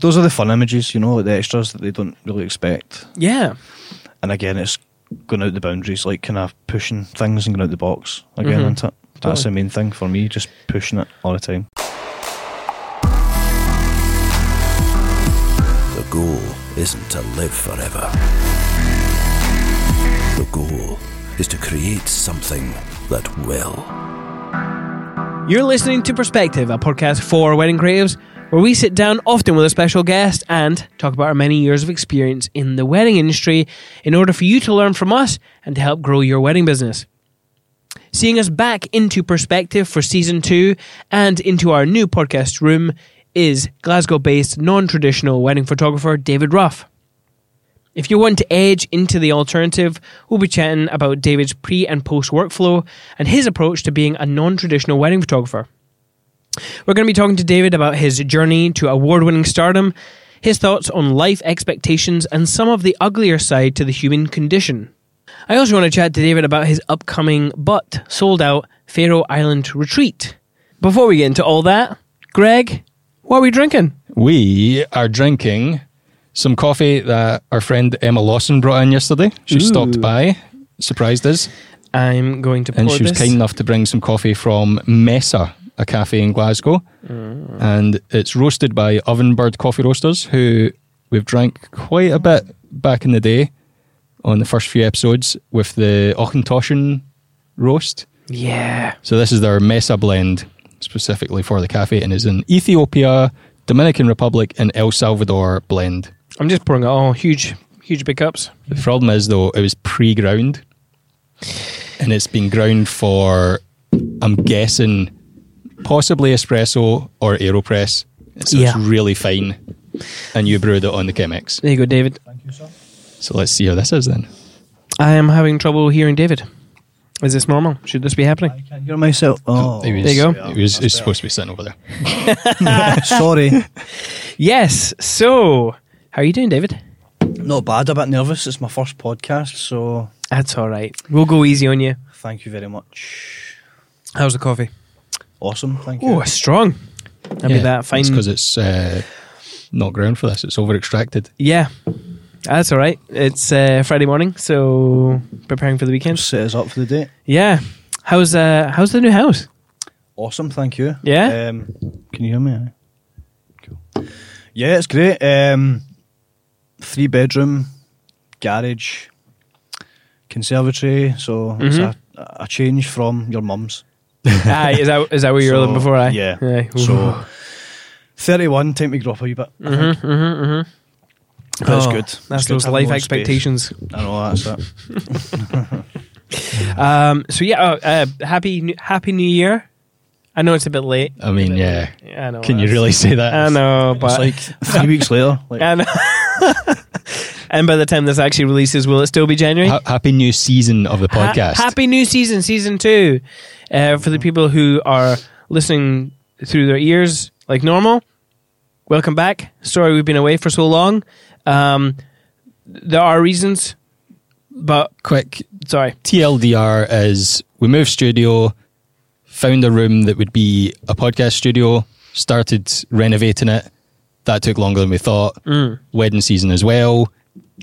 Those are the fun images, you know, the extras that they don't really expect. Yeah. And again, it's going out the boundaries, like kind of pushing things and going out the box again, Mhm. isn't it? That's Totally. the main thing for me, just pushing it all the time. The goal isn't to live forever. The goal is to create something that will. You're listening to Perspective, a podcast for wedding creatives, where we sit down often with a special guest and talk about our many years of experience in the wedding industry in order for you to learn from us and to help grow your wedding business. Seeing us back into perspective for season two and into our new podcast room is Glasgow based non traditional wedding photographer David Ruff. If you want to edge into the alternative, we'll be chatting about David's pre and post workflow and his approach to being a non traditional wedding photographer. We're going to be talking to David about his journey to award winning stardom, his thoughts on life expectations, and some of the uglier side to the human condition. I also want to chat to David about his upcoming but sold out Faroe Island retreat. Before we get into all that, Greg, what are we drinking? We are drinking some coffee that our friend Emma Lawson brought in yesterday. She stopped by, surprised us, I'm going to pour and she was this. kind enough to bring some coffee from Mesa, a cafe in Glasgow. And it's roasted by Ovenbird Coffee Roasters, who we've drank quite a bit back in the day on the first few episodes with the Ochentoshan roast. yeah. So this is their Mesa blend specifically for the cafe and is an Ethiopia, Dominican Republic and El Salvador blend. I'm just pouring it all huge, huge big cups. The problem is though it was pre-ground and it's been ground for I'm guessing possibly espresso or aeropress. So Yeah. it's really fine. And you brewed it on the Chemex. There you go, David. So let's see how this is then. I am having trouble hearing David. Is this normal? Should this be happening? Can't hear myself. Oh, It was, There you go. It was, it was supposed to be sitting over there. sorry. Yes. So, how are you doing, David? Not bad, a bit nervous. It's my first podcast, so That's all right. We'll go easy on you. thank you very much. How's the coffee? Awesome, thank you. Oh, it's strong. That'd be that fine. It's because it's uh, not ground for this. It's over extracted. yeah. That's all right. It's uh, Friday morning, so preparing for the weekend. Set us up for the day. Yeah. How's uh how's the new house? Awesome, thank you. Yeah? Um, can you hear me? Aye. Cool. Yeah, it's great. Um, three bedroom, garage, conservatory. So it's Mhm. a, a change from your mum's. Aye, Ah, is that is that where you So, were Oh, living before? Aye. yeah. Aye. So thirty one, time to grow up a wee bit. I think. Mm-hmm, mm-hmm. Oh, But it's good. It's That's good those having life my own space. expectations. I know that's it. Um, so yeah, oh, uh, happy new, happy New Year. I know it's a bit late. I mean, yeah. I know. Can you that's- really say that? I know, It's but like three weeks later. Like, I know. and by the time this actually releases, will it still be January? Ha- happy new season of the Ha- podcast. happy new season, season two, uh, for the people who are listening through their ears like normal. Welcome back. Sorry we've been away for so long. Um, there are reasons, but Quick sorry. TLDR is we moved studio, found a room that would be a podcast studio, started renovating it. That took longer than we thought. Wedding season as well.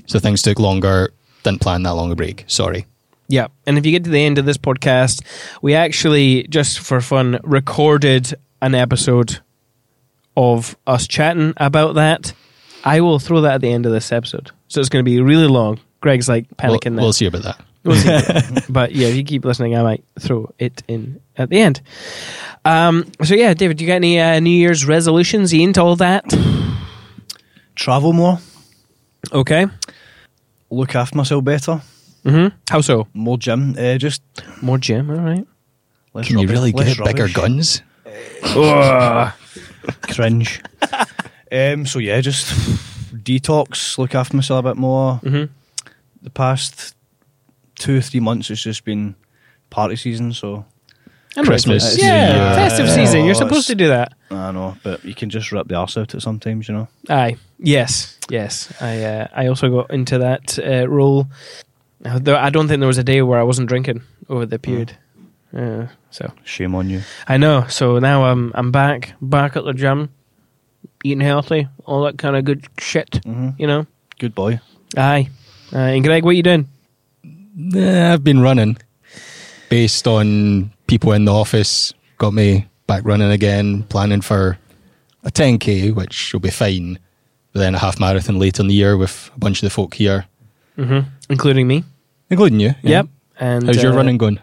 So things took longer. Didn't plan that long a break. Sorry. Yeah. And if you get to the end of this podcast, we actually, just for fun, recorded an episode of us chatting about that. I will throw that at the end of this episode. So it's going to be really long. Greg's like We'll, panicking we'll see about that. now. We'll see. but yeah, if you keep listening, I might throw it in at the end. Um, so yeah, David, you got any uh, New Year's resolutions? You into all that? travel more, Okay. look after myself better, hmm How so? more gym. Uh, just More gym, all right. less Can you rubbish- really less get bigger rubbish. guns? cringe. um, so yeah, just detox, look after myself a bit more. Mhm. The past two three months, it's just been party season, so And Christmas, New Yeah, Year. festive season. You're Oh, it's- supposed to do that. I know. But you can just rip the arse out at sometimes, you know. Aye. Yes. Yes. I uh, I also got into that uh, role. Uh, there- I don't think there was a day where I wasn't drinking over the period. Uh, so Shame on you. I know. So now I'm I'm back back at the gym, eating healthy, all that kind of good shit. You know, Mm-hmm. Good boy. aye. Uh, and Greg, what you doing? Nah, I've been running based on people in the office. Got me back running again, planning for a 10K, which will be fine. But then a half marathon later in the year with a bunch of the folk here, Mm-hmm. Including me. including you. yeah. Yep. And How's your uh, running going?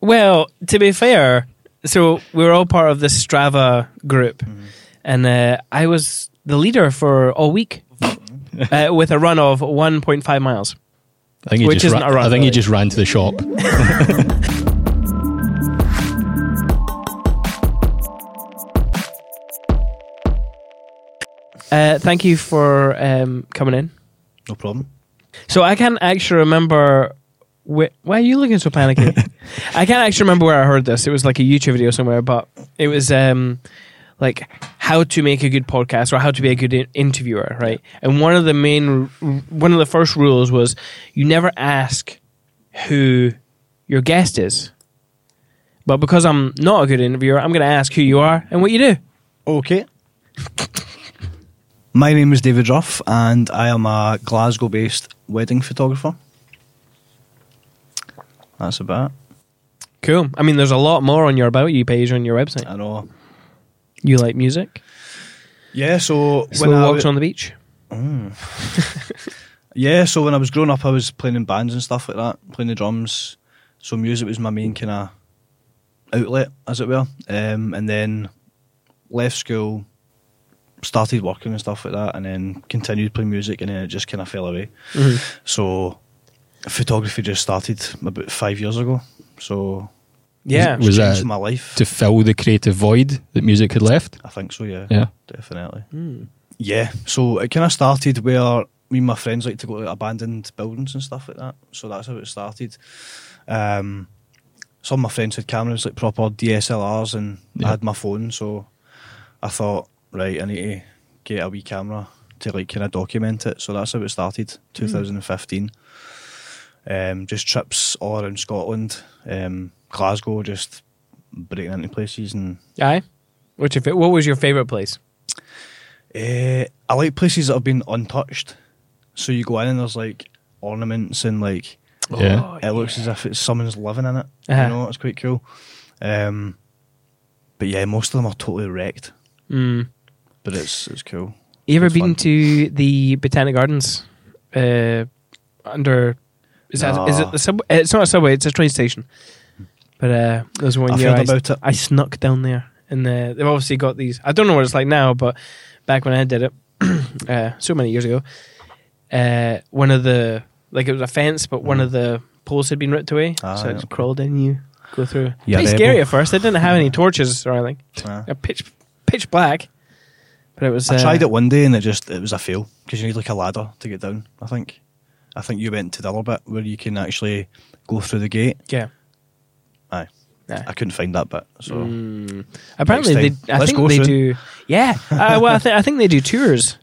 Well, to be fair, so we were all part of this Strava group, and uh, I was the leader for all week uh, with a run of 1.5 miles. I think you which just isn't ra- a run, I think really. you just ran to the shop. Uh, thank you for um, coming in. No problem. So I can't actually remember. Wh- why are you looking so panicky? I can't actually remember where I heard this. It was like a YouTube video somewhere, but it was um, like how to make a good podcast or how to be a good in- interviewer, right? And one of the main, one of the first rules was you never ask who your guest is. But because I'm not a good interviewer, I'm going to ask who you are and what you do. Okay. My name is David Ruff, and I am a Glasgow based wedding photographer. That's about it. Cool. I mean, there's a lot more on your about you page on your website. I know. You like music? Yeah, so. Slow I walks wa- on the beach. Yeah, so when I was growing up, I was playing in bands and stuff like that, playing the drums. So music was my main kind of outlet, as it were. Um, and then left school, started working and stuff like that, and then continued playing music, and then it just kind of fell away. So photography just started about five years ago. So Yeah. it's Was that changed my life. to fill the creative void that music had left. I think so. Yeah. Yeah. Definitely. Yeah. So it kind of started where me and my friends like to go to abandoned buildings and stuff like that. So that's how it started. Um, some of my friends had cameras like proper DSLRs, and Yeah. I had my phone. So I thought, right, I need to get a wee camera to like kind of document it. So that's how it started, 2015. Um, just trips all around Scotland, um, Glasgow, just breaking into places and Aye. What's your fa- what was your favorite place? Uh, I like places that have been untouched. So you go in and there's like ornaments and like Yeah. it looks as if it's someone's living in it. Uh-huh. You know, it's quite cool. Um, but yeah, most of them are totally wrecked. Mm. But it's it's cool. You ever It's been fun. to the Botanic Gardens? Uh, under is that is it No. the sub? uh, It's not a subway. It's a train station. But uh, there's one I've year heard I, about it. I snuck down there, and uh, they've obviously got these. I don't know what it's like now, but back when I did it, uh, so many years ago, uh, one of the like it was a fence, but one of the poles had been ripped away, Mm. Ah, so I yeah, just okay. crawled in. You go through. Yeah, Pretty they scary will. at first. I didn't have any torches or anything. Uh, a pitch pitch black. But it was. I uh, tried it one day and it just it was a fail because you need like a ladder to get down. I think. I think you went to the other bit where you can actually go through the gate. Yeah. Aye. Aye. I couldn't find that bit. So Mm. Apparently, they, Next time. I Let's think go they soon. do. Yeah. Uh, well, I, th- I think they do tours.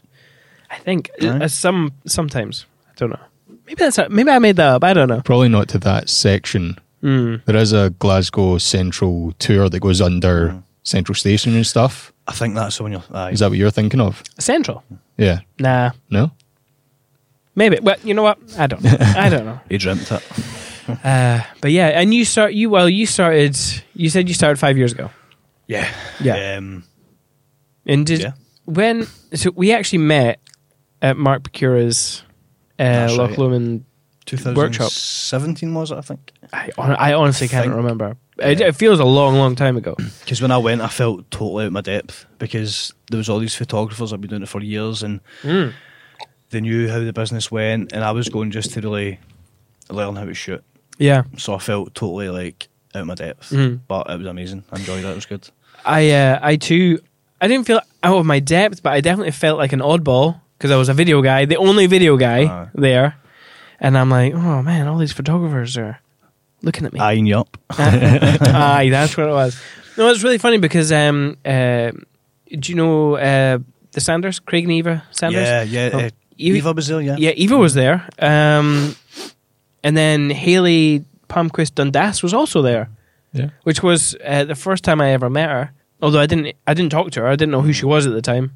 I think Aye. uh, some sometimes. I don't know. Maybe that's a, maybe I made that up. I don't know. Probably not to that section. Mm. There is a Glasgow Central tour that goes under Mm. Central Station and stuff. I think that's the one you're. Aye. Is that what you're thinking of? Central. Yeah. Nah. No? Maybe. Well, you know what? I don't. Know. I don't know. He dreamt it. Uh, but yeah, and you start. You well, you started. You said you started five years ago. Yeah. Yeah. Um, And did Yeah. when so we actually met at Mark Pacura's uh, That's Loch right. Lomond. Workshop. 2017 was it? I think. I, hon- I honestly can't Think- remember. It, it feels a long, long time ago. Because when I went, I felt totally out of my depth because there was all these photographers I've been doing it for years, and Hmm. they knew how the business went, and I was going just to really learn how to shoot. Yeah, So I felt totally like out of my depth, Mhm. but it was amazing. I enjoyed it. It was good. I uh, I too I didn't feel out of my depth, but I definitely felt like an oddball because I was a video guy, the only video guy Aye. there, and I'm like, oh man, all these photographers are looking at me. Eyeing you up. Aye, that's what it was. No, it's really funny because um, uh, do you know uh, the Sanders, Craig and Eva Sanders? Yeah, yeah. Oh, uh, Eva- Eva Brazil, yeah. Yeah, Eva was there. Um, and then Haley Palmquist Dundas was also there, Yeah. which was uh, the first time I ever met her. Although I didn't, I didn't talk to her. I didn't know who she was at the time.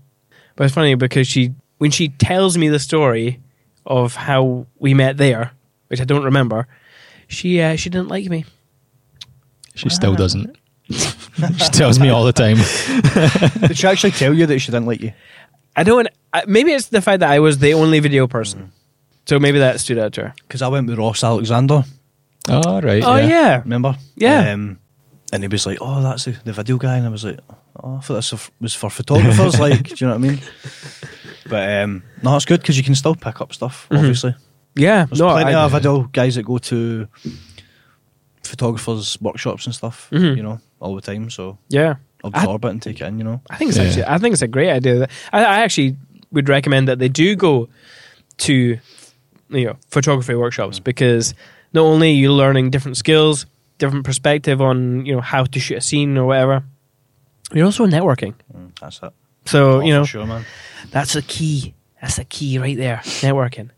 But it's funny because she, when she tells me the story of how we met there, which I don't remember, she uh, she didn't like me. She still doesn't. she tells me all the time. Did she actually tell you that she didn't like you? I don't. I, maybe it's the fact that I was the only video Mm. person, so maybe that stood out to her. Because I went with Ross Alexander, All right. Oh yeah, remember? Yeah. Um, and he was like, "Oh, that's the, the video guy," and I was like, "Oh, I thought this was for photographers." like, do you know what I mean? But um, no, it's good because you can still pick up stuff. Obviously, yeah. there's Mm-hmm. no, plenty I- of video guys that go to photographers' workshops and stuff. Mhm. You know, all the time. So yeah. absorb it and take it in. You know, I think it's Yeah. actually, I think it's a great idea. I, I actually would recommend that they do go to you know photography workshops because not only are you learning different skills, different perspective on you know how to shoot a scene or whatever, you're also networking. Mm, that's it. So Oh, you for know sure, man. that's the key. That's the key right there. Networking.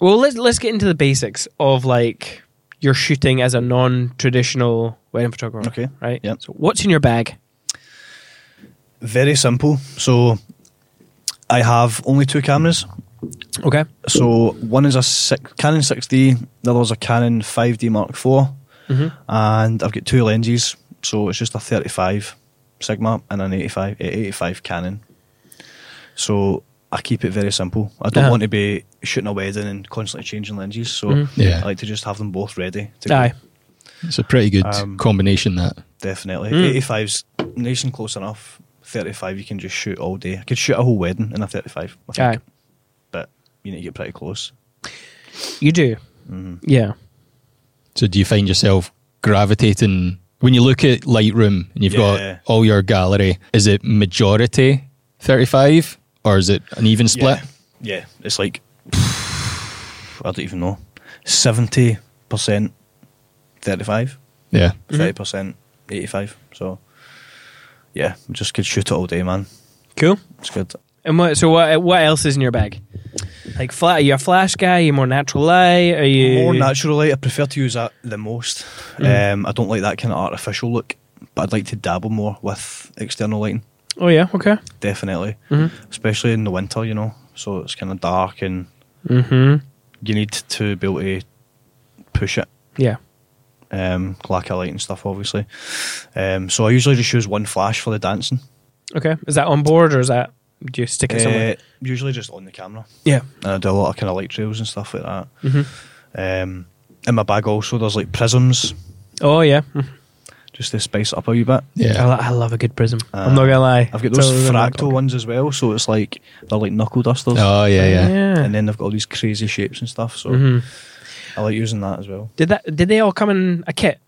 Well, let's let's get into the basics of like your shooting as a non-traditional wedding photographer. Okay. Right. Yep. So what's in your bag? Very simple. So I have only two cameras. Okay. So one is a six, Canon 6D, the other is a Canon 5D Mark IV, Mhm. and I've got two lenses. So it's just a 35 Sigma and an 85 a 85 Canon. So I keep it very simple. I don't Uh-huh. want to be shooting a wedding and constantly changing lenses. So Mhm. Yeah. I like to just have them both ready. To go. Aye. It's a pretty good Um, combination that. Definitely. Mm. 85's nice and close enough. 35 you can just shoot all day. I could shoot a whole wedding in a 35. I think. Aye. But you need to get pretty close. You do. Mm-hmm. Yeah. So do you find yourself gravitating when you look at Lightroom and you've Yeah. got all your gallery, is it majority 35 or is it an even split? Yeah. Yeah. It's like I don't even know. 70% 35, Yeah. 30% 85. So yeah, we just could shoot it all day, man. Cool. It's good. And what? So what? What else is in your bag? Like, fla- are you a flash guy? Are you more natural light? Are you More natural light. I prefer to use that the most. Um, I don't like that kind of artificial look, but I'd like to dabble more with external lighting. Oh yeah. Okay. definitely. Mhm. Especially in the winter, you know. So it's kind of dark and Mm-hmm. you need to be able to push it. Yeah. Um, lack of light and stuff, obviously. Um, so I usually just use one flash for the dancing. Okay. Is that on board or is that do you stick it somewhere? Uh, usually just on the camera. Yeah. And Mm-hmm. I do a lot of kind of light trails and stuff like that. Um, in my bag also, there's like prisms Oh yeah. Mhm. just to spice it up a wee bit. I, Yeah. lo- I love a good prism. Uh, I'm not gonna lie. I've got those Totally gonna fractal ones as well, so it's like they're like knuckle dusters. Oh yeah, Yeah. yeah. And then they've got all these crazy shapes and stuff, so Mhm. I like using that as well. Did that? Did they all come in a kit?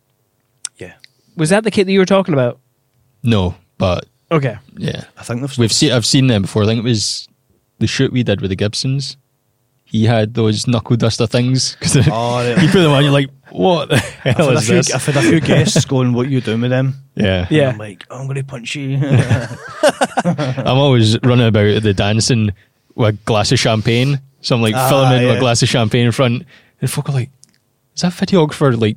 Yeah. Was that the kit that you were talking about? No, but Okay. yeah. I think they've We've seen I've seen them before. I think it was the shoot we did with the Gibsons. He had those knuckle duster things 'cause Oh, you yeah. put them on, you're like, what the hell I've is had, a this? few, I've had a few guests going, "What you doing with them?" Yeah, And Yeah. I'm like, "I'm going to punch you." yeah, I'm always running about at the dancing with a glass of champagne. So I'm like Ah, filling in with yeah. a glass of champagne in front, and folk are like, "Is that videographer like?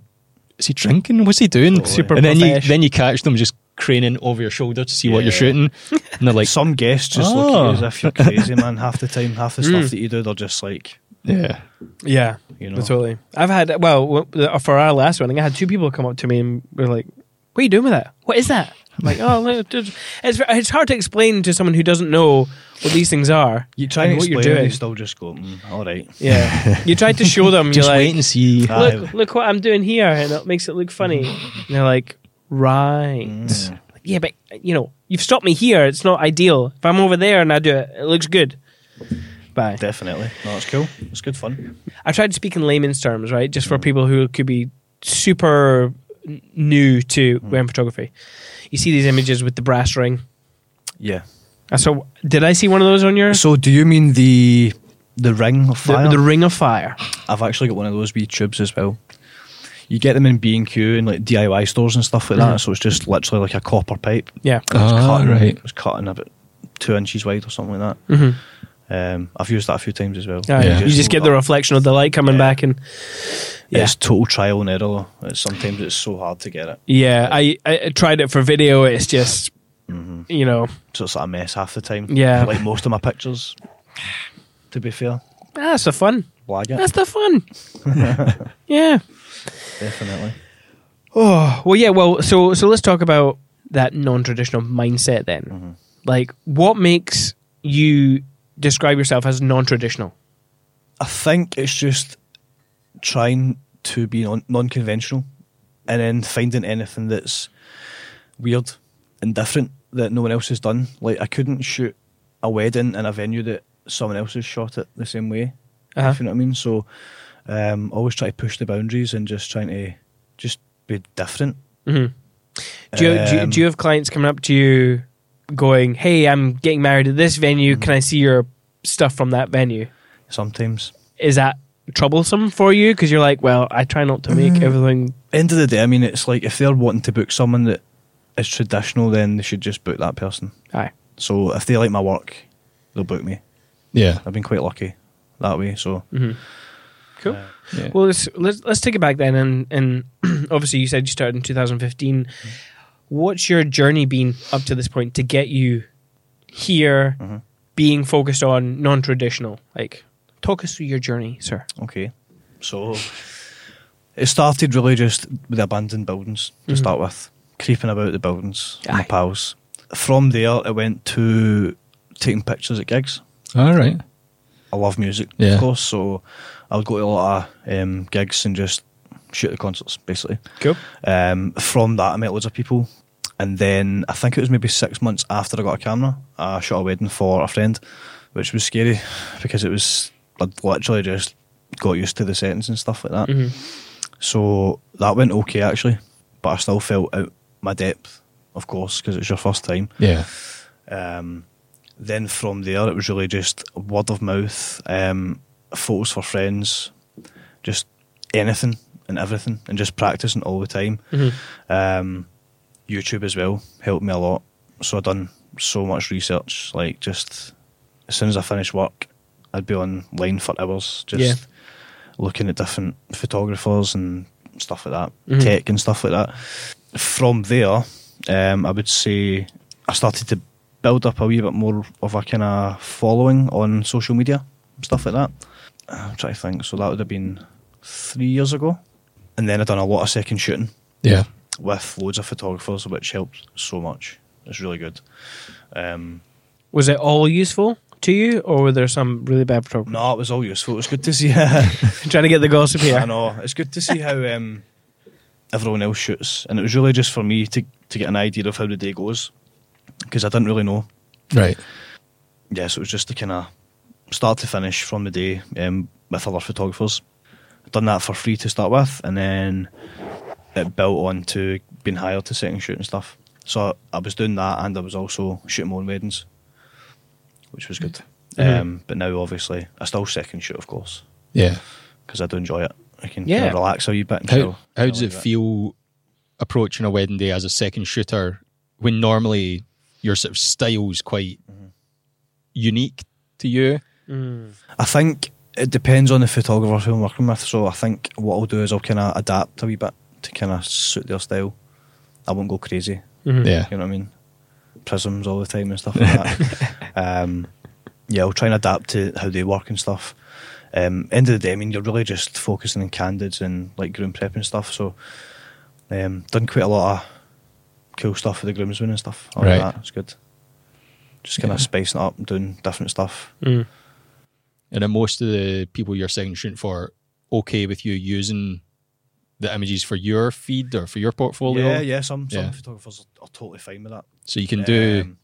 Is he drinking? What's he doing?" Totally. Super and then you profesh. then you catch them just craning over your shoulder to see what you're Yeah. shooting, and they're like, Some guests just Oh. look at you as if you're crazy, man. Half the time, half the stuff that you do, they're just like, "Yeah, Yeah. you know, Totally. I've had well w- for our last wedding, I had two people come up to me and were like, "What are you doing with that? What is that?" I'm like, "Oh, look, it's it's hard to explain to someone who doesn't know what these things are." you try and what explain, you're what you're doing. they still just go, mm, "All right." Yeah, you try to show them. just you're wait and see." Ah. like, Aye. "Look, look what I'm doing here," and it makes it look funny. And they're like, "Right." Mm. Like, Yeah, but you know, you've stopped me here. It's not ideal. If I'm over there and I do it, it looks good. Bye. Definitely, no, it's cool. It's good fun. I tried to speak in layman's terms, right? Just for people who could be super n- new to wedding photography. You see these images with the brass ring. Yeah. Uh, So, did I see one of those on yours? So, do you mean the the ring of The, fire? the ring of fire. I've actually got one of those wee tubes as well. You get them in B and Q and like DIY stores and stuff like that. So it's just literally like a copper pipe. Yeah. It was Ah, cutting, right. It was cutting about two inches wide or something like that. Mhm. Um, I've used that a few times as well. Uh, Yeah. You just get the reflection of the light coming Yeah. back, and Yeah, yeah, It's total trial and error. It's, sometimes it's so hard to get it. yeah. I, I I tried it for video. It's just you know, So it's like a mess half the time. Yeah. Like most of my pictures, to be fair. that's the fun. Lag it, That's the fun. yeah. definitely. Oh well, yeah. Well, so so let's talk about that non-traditional mindset then. Like, what makes you describe yourself as non-traditional? I think it's just trying to be non- non-conventional and then finding anything that's weird and different that no one else has done. Like I couldn't shoot a wedding in a venue that someone else has shot it the same way. Uh-huh. If you know what I mean. So um, always try to push the boundaries and just trying to just be different. Mm-hmm. Do you, do, you, Um, do you have clients coming up to you going, "Hey, I'm getting married at this venue. Can I see your stuff from that venue?" Sometimes Is that troublesome for you because you're like, "Well, I try not to make everything." end of the day, I mean, it's like if they're wanting to book someone that is traditional, then they should just book that person. Aye. So if they like my work, they'll book me. Yeah. I've been quite lucky that way. So Mm-hmm. Cool. yeah. Well, let's, let's let's take it back then, and and obviously you said you started in 2015. What's your journey been up to this point to get you here, Mm-hmm. being focused on non-traditional? Like, talk us through your journey, sir. okay, so it started really just with abandoned buildings to start with, creeping about the buildings, with my Aye. pals. From there, it went to taking pictures at gigs. All right. I love music, Yeah. of course, so I would go to a lot of um, gigs and just shoot the concerts, basically. Cool. Um, from that, I met loads of people. And then I think it was maybe six months after I got a camera, I shot a wedding for a friend, which was scary because it was, I'd literally just got used to the settings and stuff like that. Mm-hmm. So that went okay, actually. But I still felt out my depth, of course, because it's your first time. Yeah. Um, then from there, it was really just word of mouth, um, photos for friends, just anything and everything, and just practicing all the time. Mm-hmm. Um, YouTube as well helped me a lot. So I done so much research. Like just as soon as I finished work, I'd be online for hours, just Yeah. looking at different photographers and stuff like that, tech and stuff like that. From there, um, I would say I started to build up a wee bit more of a kind of following on social media, stuff like that. I'm trying to think. So that would have been three years ago, and then I done a lot of second shooting Yeah. with loads of photographers, which helps so much. It's really good. Um, Was it all useful to you, or were there some really bad problems? no, it was all useful. It's good to see. I Trying to get the gossip here. know it's good to see how um, everyone else shoots, and it was really just for me to to get an idea of how the day goes because I didn't really know. Right. Yeah, so it was just to kind of start to finish from the day um, with other photographers. I'd done that for free to start with, and then it built on to being hired to second shoot and stuff. So I was doing that, and I was also shooting my own weddings, which was good. Um, but now, obviously, I still second shoot, of course, Yeah. because I do enjoy it. I can Yeah. kind of relax a wee bit. and How, chill. how does Kinda it like that. feel approaching a wedding day as a second shooter when normally your sort of style's quite Mm-hmm. unique to you? I think it depends on the photographer who I'm working with. So I think what I'll do is I'll kind of adapt a wee bit to kind of suit their style. I won't go crazy. Mm-hmm. Yeah. You know what I mean? Prisms all the time and stuff like that. um, yeah, I'll try and adapt to how they work and stuff. Um, end of the day, I mean, you're really just focusing on candids and like groom prep and stuff. So, um, done quite a lot of cool stuff for the groomsmen and stuff. All Right. that. It's good. Just kind of spicing it up and doing different stuff. Mm-hmm. And are most of the people you're second shooting for okay with you using the images for your feed or for your portfolio? Yeah, yeah. Some some Yeah. photographers are, are totally fine with that. So you can do Um,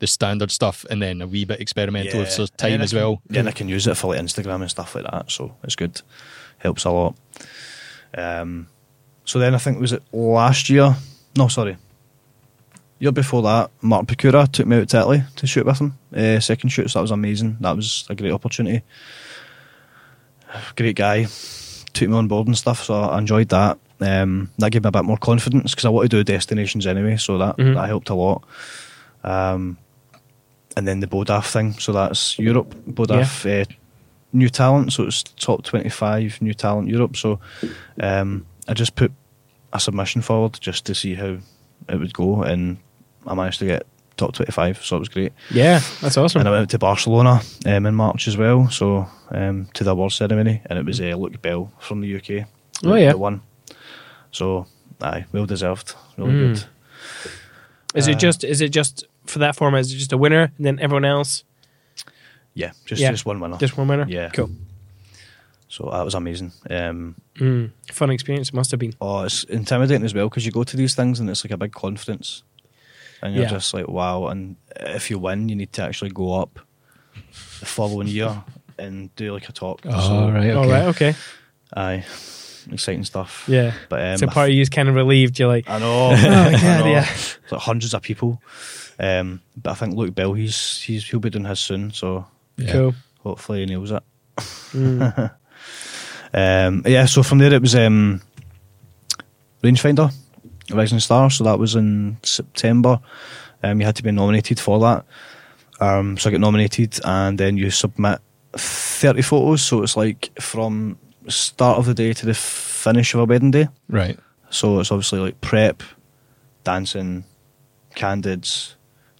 the standard stuff and then a wee bit experimental with yeah. sort of And then time I as can- well. Yeah, and I can use it for like Instagram and stuff like that. So it's good. Helps a lot. Um, so then I think was it last year? No, sorry. Year before that, Mark Picura took me out to Italy to shoot with him. Uh, second shoot, so that was amazing. That was a great opportunity. Great guy. Took me on board and stuff, so I enjoyed that. Um, that gave me a bit more confidence because I want to do destinations anyway, so that, that helped a lot. Um, and then the Bodaf thing. So that's Europe, Bodaf uh, New Talent. So it's top 25 New Talent Europe. So um, I just put a submission forward just to see how it would go, and I managed to get top 25, so it was great. Yeah, that's awesome. And I went to Barcelona um, in March as well, so um, to the award ceremony, and it was uh, Luke Bell from the UK. Oh, that- yeah. that won. So, aye, well deserved. Really Mm. good. Is Uh, it just is it just for that format? Is it just a winner and then everyone else Yeah, just Yeah. just one winner. just one winner? Yeah. cool. so that was amazing. Um, Mm. Fun experience it must have been. oh, it's intimidating as well because you go to these things and it's like a big conference, and you're Yeah. just like, wow. And if you win, you need to actually go up the following year and do like a talk. Oh, right, okay. All right, okay, aye, exciting stuff. yeah. but um, so I part of you's kind of relieved. You're like, I know. I God, know. Oh, yeah. It's like hundreds of people. Um, but I think Luke Bell, he's, he's he'll be doing his soon, so Yeah. cool. hopefully he nails it. Mm. Um, yeah, so from there it was um, Rangefinder, Rising Star. So that was in September. Um, you had to be nominated for that. Um, so I got nominated, and then you submit thirty photos. So it's like from start of the day to the finish of a wedding day. Right. So it's obviously like prep, dancing, candids,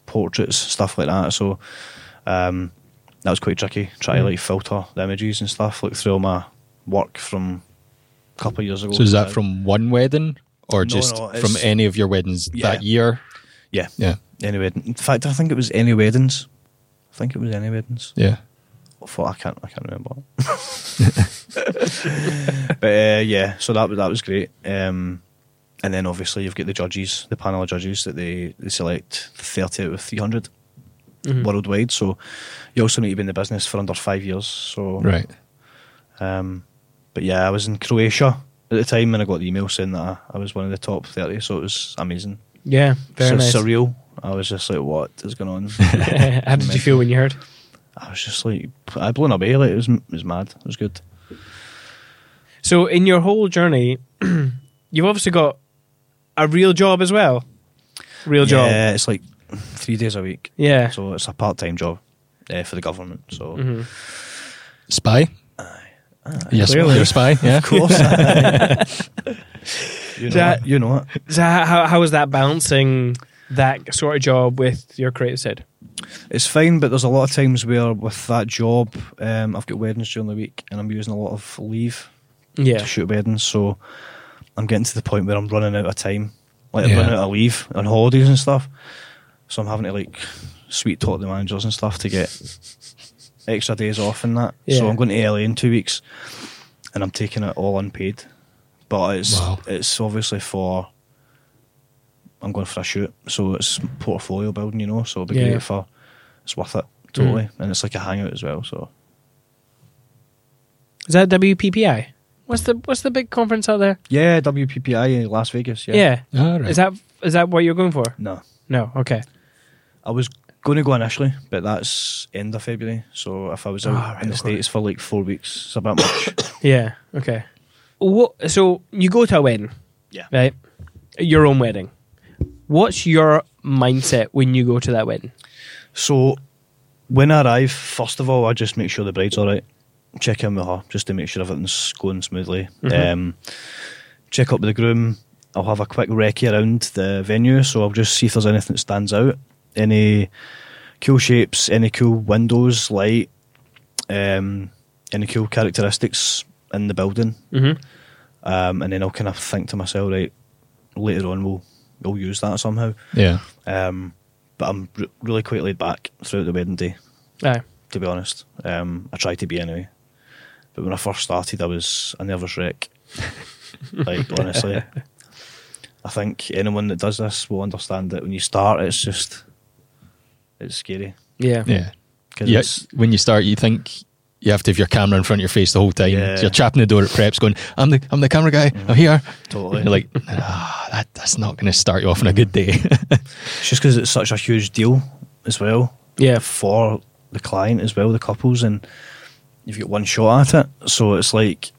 portraits, stuff like that. So um, that was quite tricky. Try Hmm. to like filter the images and stuff. Look through all my work from a couple of years ago. So is that Uh, from one wedding or No, just no, from it's- any of your weddings Yeah. that year? Yeah. Yeah. Any wedding? In fact, I think it was any weddings. I think it was any weddings. Yeah. For I can't. I can't remember. but uh, yeah, so that was that was great. Um, and then obviously you've got the judges, the panel of judges that they, they select thirty out of three hundred Mhm. worldwide. So you also need to be in the business for under five years. So Right. um, but yeah, I was in Croatia at the time, and I got the email saying that I, I was one of the top thirty. So it was amazing, Yeah, very so nice. surreal. I was just like, what is going on? How did you feel when you heard? I was just like, I blown away. Like it was, it was mad. It was good. So in your whole journey, you've obviously got a real job as well. Real job. Yeah, it's like three days a week. Yeah. So it's a part-time job uh, for the government. So Mhm. Spy? Yes, Uh, Clearly. you're a spy. Yeah. of course, you know, That- it, you know it. So how how- how is that balancing that sort of job with your creative side? It's fine, but there's a lot of times where with that job, um, I've got weddings during the week, and I'm using a lot of leave Yeah. to shoot weddings. So I'm getting to the point where I'm running out of time, like I'm Yeah. running out of leave on holidays and stuff. So I'm having to like sweet talk the managers and stuff to get extra days off and that. Yeah. So I'm going to LA in two weeks, and I'm taking it all unpaid. But it's Wow. it's obviously for I'm going for a shoot, so it's portfolio building, you know. So it'll be Yeah. great for it's worth it totally, and it's like a hangout as well. So Is that WPPI? What's the what's the big conference out there? yeah, WPPI in Las Vegas. Yeah, Yeah. All right. Is that is that what you're going for? no. No. Okay. I was going to go initially, but that's end of February. So if I was out Ah, right, in the of course. States for like four weeks, it's a bit much. Yeah. Okay. What? So you go to a wedding. Yeah. Right. Your own wedding. What's your mindset when you go to that wedding? so when I arrive, first of all, I just make sure the bride's all right. Check in with her just to make sure everything's going smoothly. Mhm. Um, check up with the groom. I'll have a quick recce around the venue, so I'll just see if there's anything that stands out. Any cool shapes, any cool windows, light, um, any cool characteristics in the building. Mm-hmm. um, and then I'll kind of think to myself, right, later on we'll we'll use that somehow. yeah. Um, but I'm r- really quite laid back throughout the wedding day, Aye. to be honest. Um, I try to be anyway, but when I first started, I was a nervous wreck. like honestly, I think anyone that does this will understand that when you start, it's just it's scary Yeah. Yeah. because Yeah. it's When you start, you think you have to have your camera in front of your face the whole time. Yeah. So you're trapping the door at preps, going, "I'm the, I'm the camera guy. I'm here." totally And you're like, ah, that, that's not going to start you off on a good day. it's just because it's such a huge deal as well. Yeah. uh, for the client as well, the couples, and you've got one shot at it. So it's like,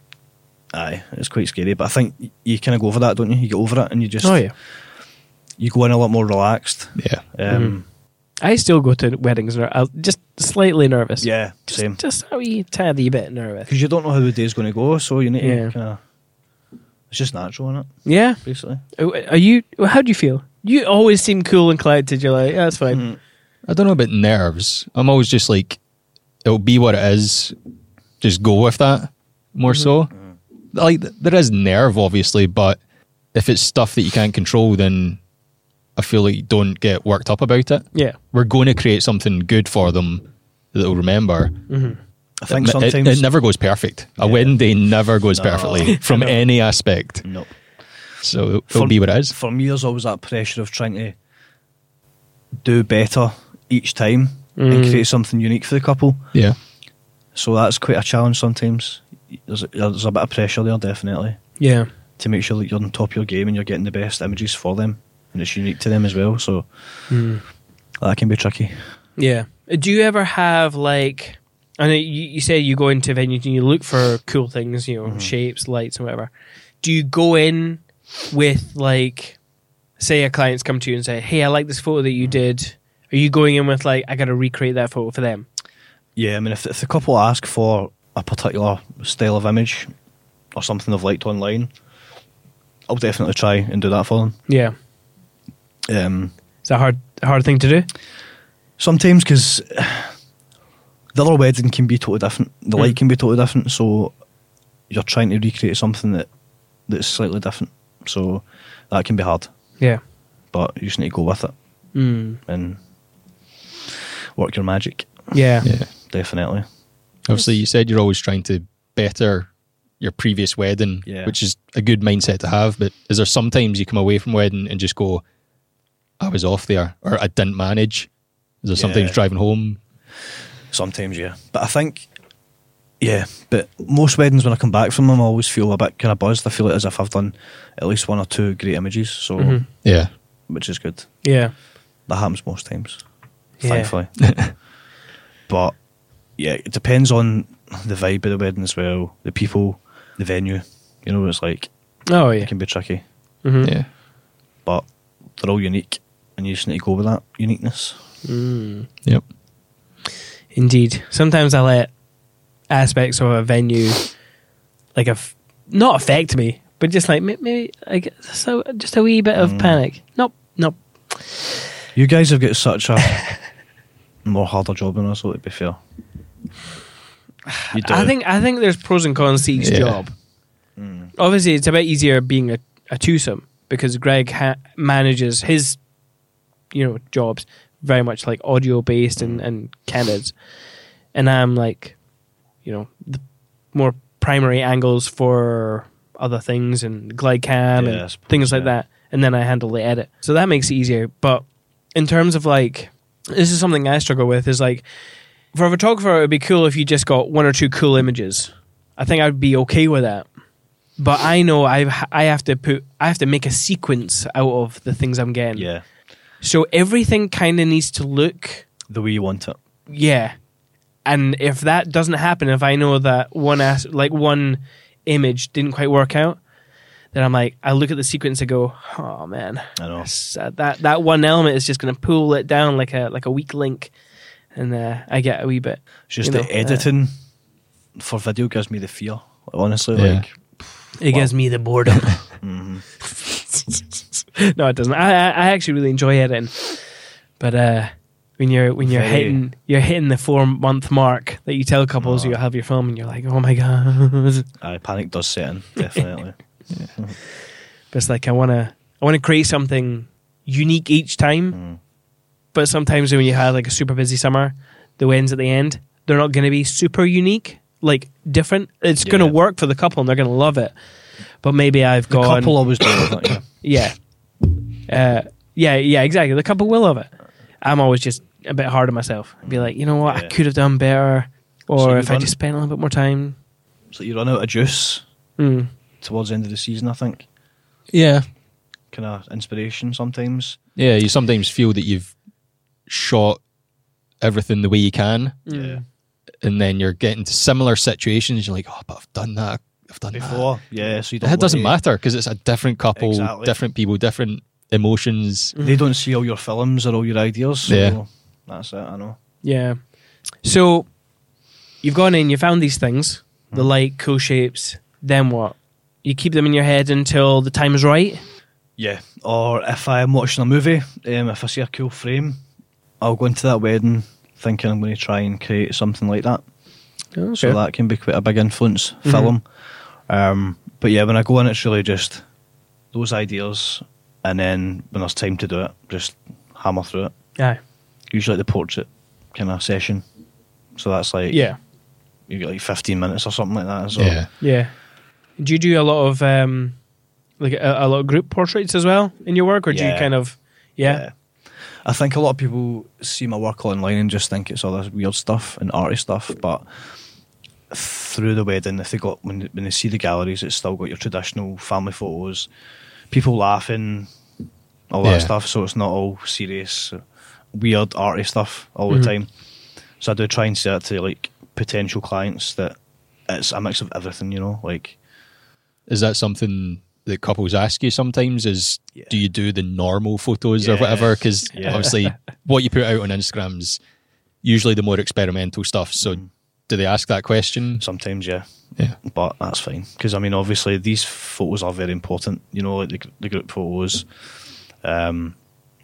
aye, it's quite scary. But I think y- you kind of go over that, don't you? You get over it, and you just Oh yeah. you go in a lot more relaxed. yeah. Mm. Um, I still go to weddings and I'm just slightly nervous. Yeah, Just, same. Just a wee tiny bit nervous. Because you don't know how the day's going to go, so you need Yeah. to kind of. It's just natural, isn't it? Yeah. Basically, Are you? How do you feel? You always seem cool and collected. You're like, yeah, that's fine. Mm. I don't know about nerves. I'm always just like, it'll be what it is. Just go with that more so. Mm-hmm. Like, th- there is nerve, obviously, but if it's stuff that you can't control, then I feel like you don't get worked up about it. Yeah. We're going to create something good for them that they'll remember. I It- think it- sometimes it, never goes perfect. A wedding day never goes perfectly from any aspect. Nope. So it'll, it'll be what it is. For me, there's always that pressure of trying to do better each time and Mm. create something unique for the couple. Yeah. So that's quite a challenge sometimes. There's, there's a bit of pressure there, definitely, Yeah. to make sure that you're on top of your game and you're getting the best images for them and it's unique to them as well. So Hmm. that can be tricky. Yeah. Do you ever have like? I know you, you say you go into venues and you look for cool things, you know, shapes, lights, and whatever. Do you go in with like, say a client's come to you and say, "Hey, I like this photo that you did." Are you going in with like, "I got to recreate that photo for them"? Yeah, I mean, if, if the couple ask for a particular style of image or something they've liked online, I'll definitely try and do that for them. Yeah, Um, it's a hard, hard thing to do. Sometimes because the other wedding can be totally different, the light can be totally different, so you're trying to recreate something that that's slightly different. So that can be hard, Yeah. but you just need to go with it Mm. and work your magic. Yeah. Yeah. Definitely. Obviously, you said you're always trying to better your previous wedding, Yeah. which is a good mindset to have. But is there sometimes you come away from wedding and just go, I was off there or I didn't manage? Is there sometimes Yeah. driving home? Sometimes, yeah. But I think, yeah. But most weddings, when I come back from them, I always feel a bit kind of buzzed. I feel as if I've done at least one or two great images, so Yeah. which is good. Yeah. That happens most times, Yeah. thankfully. but yeah, it depends on the vibe of the wedding as well, the people, the venue. You know what it's like. Oh yeah. Mm-hmm. It can be tricky, Yeah. but they're all unique, and you just need to go with that uniqueness. Mm. Yep. Indeed. Sometimes I let aspects of a venue, like, af- not affect me, but just like may- maybe I get so just a wee bit of panic. Nope, nope. You guys have got such a more harder job than us, so to be fair. You do. I think I think there's pros and cons to each Yeah. job. Mm. Obviously, it's a bit easier being a, a twosome because Greg ha- manages his, you know, jobs very much like audio based and and candids, and I'm like, you know, the more primary angles for other things and glide cam Yeah, I and suppose, things like yeah. that, and then I handle the edit. So that makes it easier. But in terms of like, this is something I struggle with is like for a photographer, it would be cool if you just got one or two cool images. I think I'd be okay with that. But I know I I have to put I have to make a sequence out of the things I'm getting. yeah, So everything kind of needs to look the way you want it. yeah. And if that doesn't happen, if I know that one as- like one image didn't quite work out, then I'm like I look at the sequence and go, oh man, I know. that's- uh, that that one element is just going to pull it down like a like a weak link, and uh, I get a wee bit. It's just you know, the uh, editing for video gives me the fear. Honestly, Yeah. like It gives me the boredom. Mm-hmm. no, it doesn't. I, I I actually really enjoy editing, but uh, when you're when you're Very. hitting you're hitting the four month mark that you tell couples Uh-huh. you'll have your film and you're like, oh my god, aye, panic does set in definitely. but it's like I wanna I wanna create something unique each time. Mm. But sometimes when you have like a super busy summer, the wins at the end they're not gonna be super unique, like different. It's gonna Yeah. work for the couple and they're gonna love it. But maybe I've the gone couple always do that. Yeah. Yeah. Uh, yeah, yeah, exactly. The couple will of it. I'm always just a bit hard on myself. Be like, you know what, I Yeah. could have done better, or So you if I run- just spent a little bit more time. So you run out of juice Mm. towards the end of the season. I think Yeah. kind of inspiration sometimes. Yeah. You sometimes feel that you've shot everything the way you can. Hmm. Yeah, And then you're getting to similar situations. You're like, oh, but I've done that. I've done that. before yeah, so you don't. It doesn't worry. matter because it's a different couple, Exactly. different people, different emotions. They don't see all your films or all your ideas. So Yeah. that's it. I know. Yeah. So you've gone in, you found these things, Hmm. the light, cool shapes. Then what? You keep them in your head until the time is right. Yeah. Or if I'm watching a movie, um, if I see a cool frame, I'll go into that wedding thinking I'm going to try and create something like that. Okay. Mm-hmm. So that can be quite a big influence, film. Um, but yeah, when I go in, it's really just those ideas, and then when there's time to do it, just hammer through it. Aye. Usually at the portrait kind of session. So that's like, Yeah. you get like 15 minutes or something like that. So Yeah. Yeah. Do you do a lot of um, like a, a lot of group portraits as well in your work, or do you Yeah. kind of yeah? Yeah. Uh, I think a lot of people see my work online and just think it's all this weird stuff and arty stuff, but through the wedding, if they got when when they see the galleries, it's still got your traditional family photos, people laughing, all that Yeah. stuff. So it's not all serious, weird arty stuff all the time. So I do try and say that to like potential clients that it's a mix of everything, you know, like Is that something that couples ask you sometimes? Is Yeah. do you do the normal photos or Yeah. whatever? Because Yeah. obviously, what you put out on Instagram's usually the more experimental stuff. So, Mm-hmm. do they ask that question? sometimes, yeah. Yeah. but that's fine because I mean, obviously, these photos are very important. You know, like the, the group photos, um,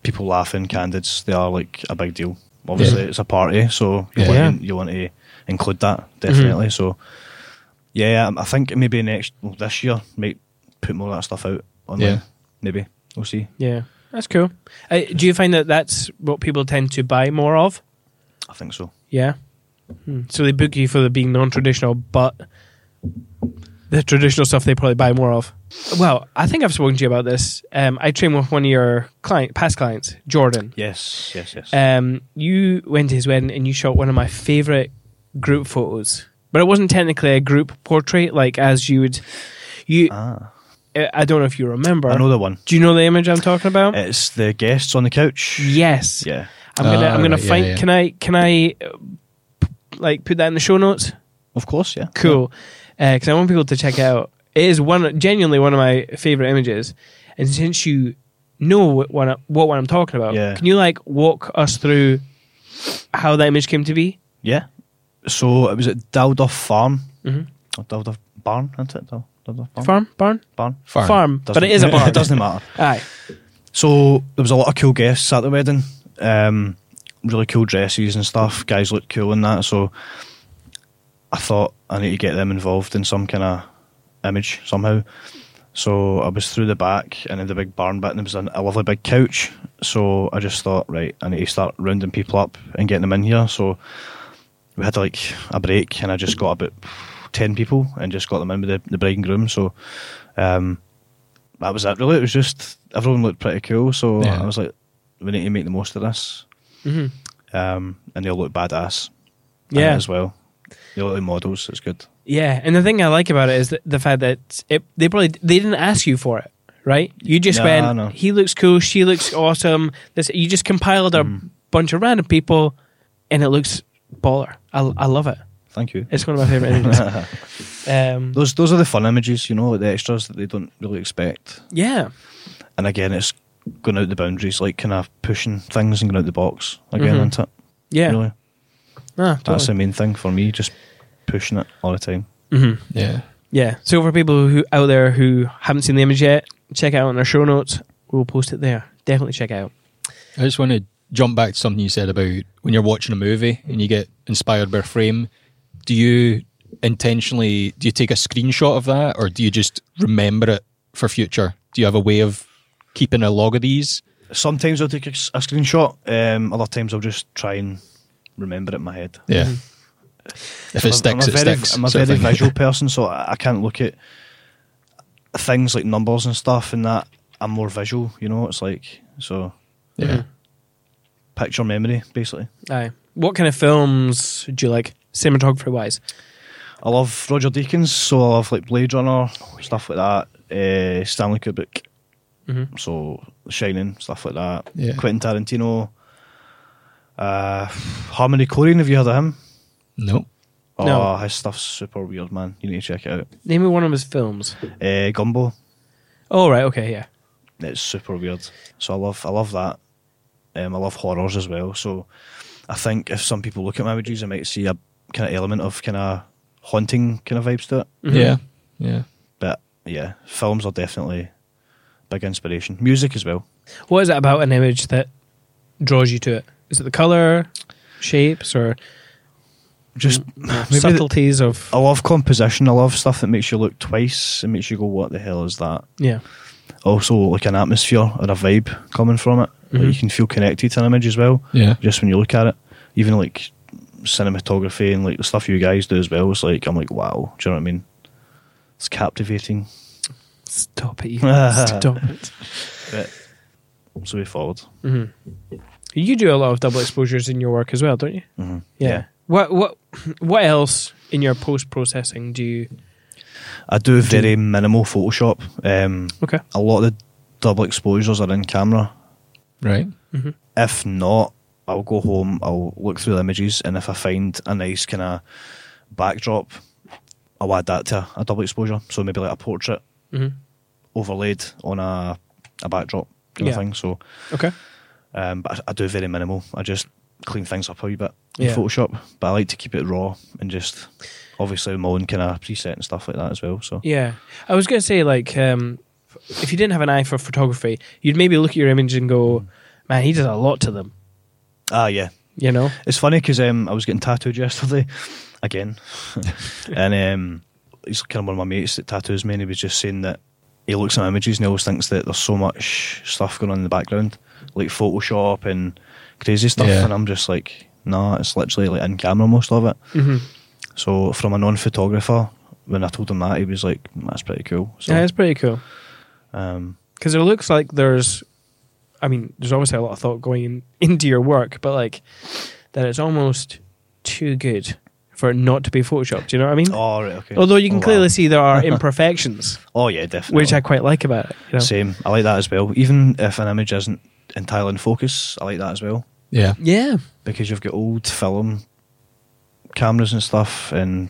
people laughing, candids, they are like a big deal. Obviously, it's a party, so you, Yeah. Mm-hmm. want to, you want to include that definitely. So, yeah, I think maybe next well, this year might put more of that stuff out online. Yeah. Maybe we'll see. Yeah, that's cool. Uh, do you find that that's what people tend to buy more of? I think so. Yeah. Hmm. So they book you for the being non-traditional, but the traditional stuff they probably buy more of. Well, I think I've spoken to you about this. Um, I trained with one of your client, past clients, Jordan. Yes, yes, yes. Uh, Um, you went to his wedding and you shot one of my favorite group photos, but it wasn't technically a group portrait, like as you would. You, uh, ah, I I don't know if you remember. I know Uh, the one. Do you know the image I'm talking uh, about? It's the guests on the couch. yes. Yeah. I'm gonna. Ah, I'm gonna right, yeah, find. yeah. Can I? Can I? uh, p- Like put that in the show notes. Of course, yeah. Cool. Because I want people to check it out. It is one genuinely one of my favorite images. And since you know what one, I- what one I'm talking about, Yeah. can you like walk us through how that image came to be? Yeah. So it was at Dalduff Farm. Mhm. Or Dalduff Barn, isn't it? Dal- Dalduff Barn. Farm, barn, Barn. Farm. but it is a barn. it doesn't matter. Aye. So there was a lot of cool guests at the wedding. Um, really cool dresses and stuff. Guys looked cool in that. So I thought I need to get them involved in some kind of image somehow. So I was through the back and in the big barn bit, and there was an, a lovely big couch. So I just thought, right, I need to start rounding people up and getting them in here. So we had like a break, and I just got about ten people and just got them in with the, the bride and groom. So um, that was it. Really, it was just everyone looked pretty cool. So Yeah. I was like, we need to make the most of this. Um, and they all look badass. in it Mm-hmm. Yeah. as well. They look like models. It's good. Yeah. And the thing I like about it is the, the fact that it, they probably they didn't ask you for it. Right, you just No, went. no. He looks cool. She looks awesome. This you just compiled a Mm, bunch of random people, and it looks baller. I, I love it. Thank you. It's one of my favorite images. um, Those those are the fun images, you know, like the extras that they don't really expect. yeah, And again, it's going out the boundaries, like kind of pushing things and going out the box again, isn't it? Mm-hmm. yeah, Really, Ah, totally. that's the main thing for me. Just pushing it all the time. Yeah. Mm-hmm. yeah. So for people who out there who haven't seen the image yet, check it out on our show notes. We'll post it there. Definitely check it out. I just want to jump back to something you said about when you're watching a movie and you get inspired by a frame. Do you intentionally do you take a screenshot of that, or do you just remember it for future? Do you have a way of keeping a log of these? Sometimes I'll take a, s- a screenshot. Um, other times I'll just try and remember it in my head. Yeah. If it sticks, I'm a it very, sticks. I'm a sort of very thing. visual person, so I, I can't look at things like numbers and stuff, and that I'm more visual. You know, it's like so Yeah. Mm-hmm. picture memory basically. Aye. What kind of films do you like, cinematography wise? I love Roger Deakins, so I love like Blade Runner, stuff like that. Uh, Stanley Kubrick, Mhm. so Shining, stuff like that. Mm-hmm. Yeah. Quentin Tarantino, uh, Harmony Korine. Have you heard of him? No. Oh, No. his stuff's super weird, man. You need to check it out. Name me one of his films. Uh, Gumbo, Oh right, okay, yeah, it's super weird. So I love, I love that. Um, I love horrors as well. So I think if some people look at my images, they might see a kind of element of kind of Mm-hmm. haunting kind of vibes to it. Yeah. Yeah. But yeah, films are definitely big inspiration. Music as well. What is it about an image that draws you to it? Is it the color, shapes, or Just Mm, maybe the- subtleties of? I love composition. I love stuff that makes you look twice. It makes you go, "What the hell is that?" Yeah, Also, like an atmosphere or a vibe coming from it. Like, Mhm. you can feel connected to an image as well. Yeah. Just when you look at it, even like cinematography and like the stuff you guys do as well. It's like I'm like, wow. Do you know what I mean? It's captivating. stop it! You stop it. But it's the way forward. Mm-hmm. You do a lot of double exposures in your work as well, don't you? Mhm. Yeah. Yeah. What what what else in your post processing do you? I do very minimal Photoshop. Um, Okay. a lot of the double exposures are in camera. Right. Mm-hmm. If not, I'll go home, I'll look through the images, and if I find a nice kind of backdrop, I'll add that to a double exposure. So maybe like a portrait Mhm. overlaid on a, a backdrop kind Yeah. of thing. So, Okay. um, but I, I do very minimal. I just clean things up a wee bit in Yeah. Photoshop, but I like to keep it raw and just obviously with my own kind of preset and stuff like that as well. So, Yeah, I was going to say like um, if you didn't have an eye for photography, you'd maybe look at your image and go, "Man, he does a lot to them." ah, yeah, You know? It's funny because um, I was getting tattooed yesterday again, and um, he's kind of one of my mates that tattoos me, and he was just saying that he looks at my images and he always thinks that there's so much stuff going on in the background, like Photoshop and crazy stuff, Yeah. and I'm just like, nah, it's literally like in camera most of it. Mm-hmm. So from a non-photographer, when I told him that, he was like, that's pretty cool. So yeah, it's pretty cool um, because it looks like there's, I mean, there's obviously a lot of thought going in, into your work, but like that it's almost too good for it not to be photoshopped. Do you know what I mean? oh right, okay. Mm-hmm. Although you can Oh, wow. clearly see there are imperfections, oh yeah, definitely. which I quite like about it. You know? same. I like that as well. Even if an image isn't entirely in focus, I like that as well. Yeah. Yeah, because you've got old film cameras and stuff and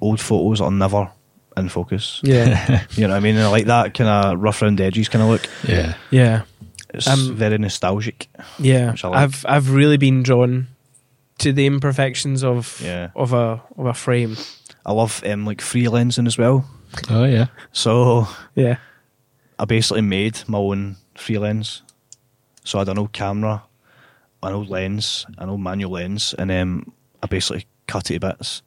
old photos that are never in focus. yeah, You know what I mean? And I like that kind of rough round edges kind of look. Yeah. yeah. It's Um, very nostalgic. Yeah, Which I like. I've I've really been drawn to the imperfections of Yeah. of a of a frame. I love um, like freelancing as well. Oh yeah. So Yeah, I basically made my own freelance. So I had an old camera, an old lens, an old manual lens, and um, I basically cut it to bits.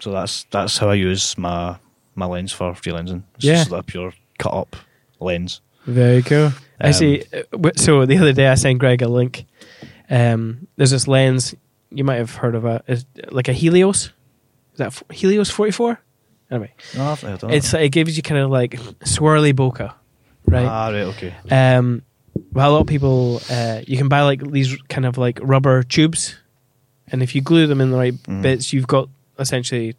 So that's that's how I use my my lens for freelancing. It's Yeah. just a pure cut up lens. very cool. I Um, see. uh, w- So the other day I sent Greg a link. Um, there's this lens you might have heard of a is- like a Helios. Is that f- Helios forty four? Anyway, No, I've heard of that. it's it gives you kind of like swirly bokeh, right? Ah, right, okay. Um, well, a lot of people, uh, you can buy like these kind of like rubber tubes, and if you glue them in the right Mm. bits, you've got essentially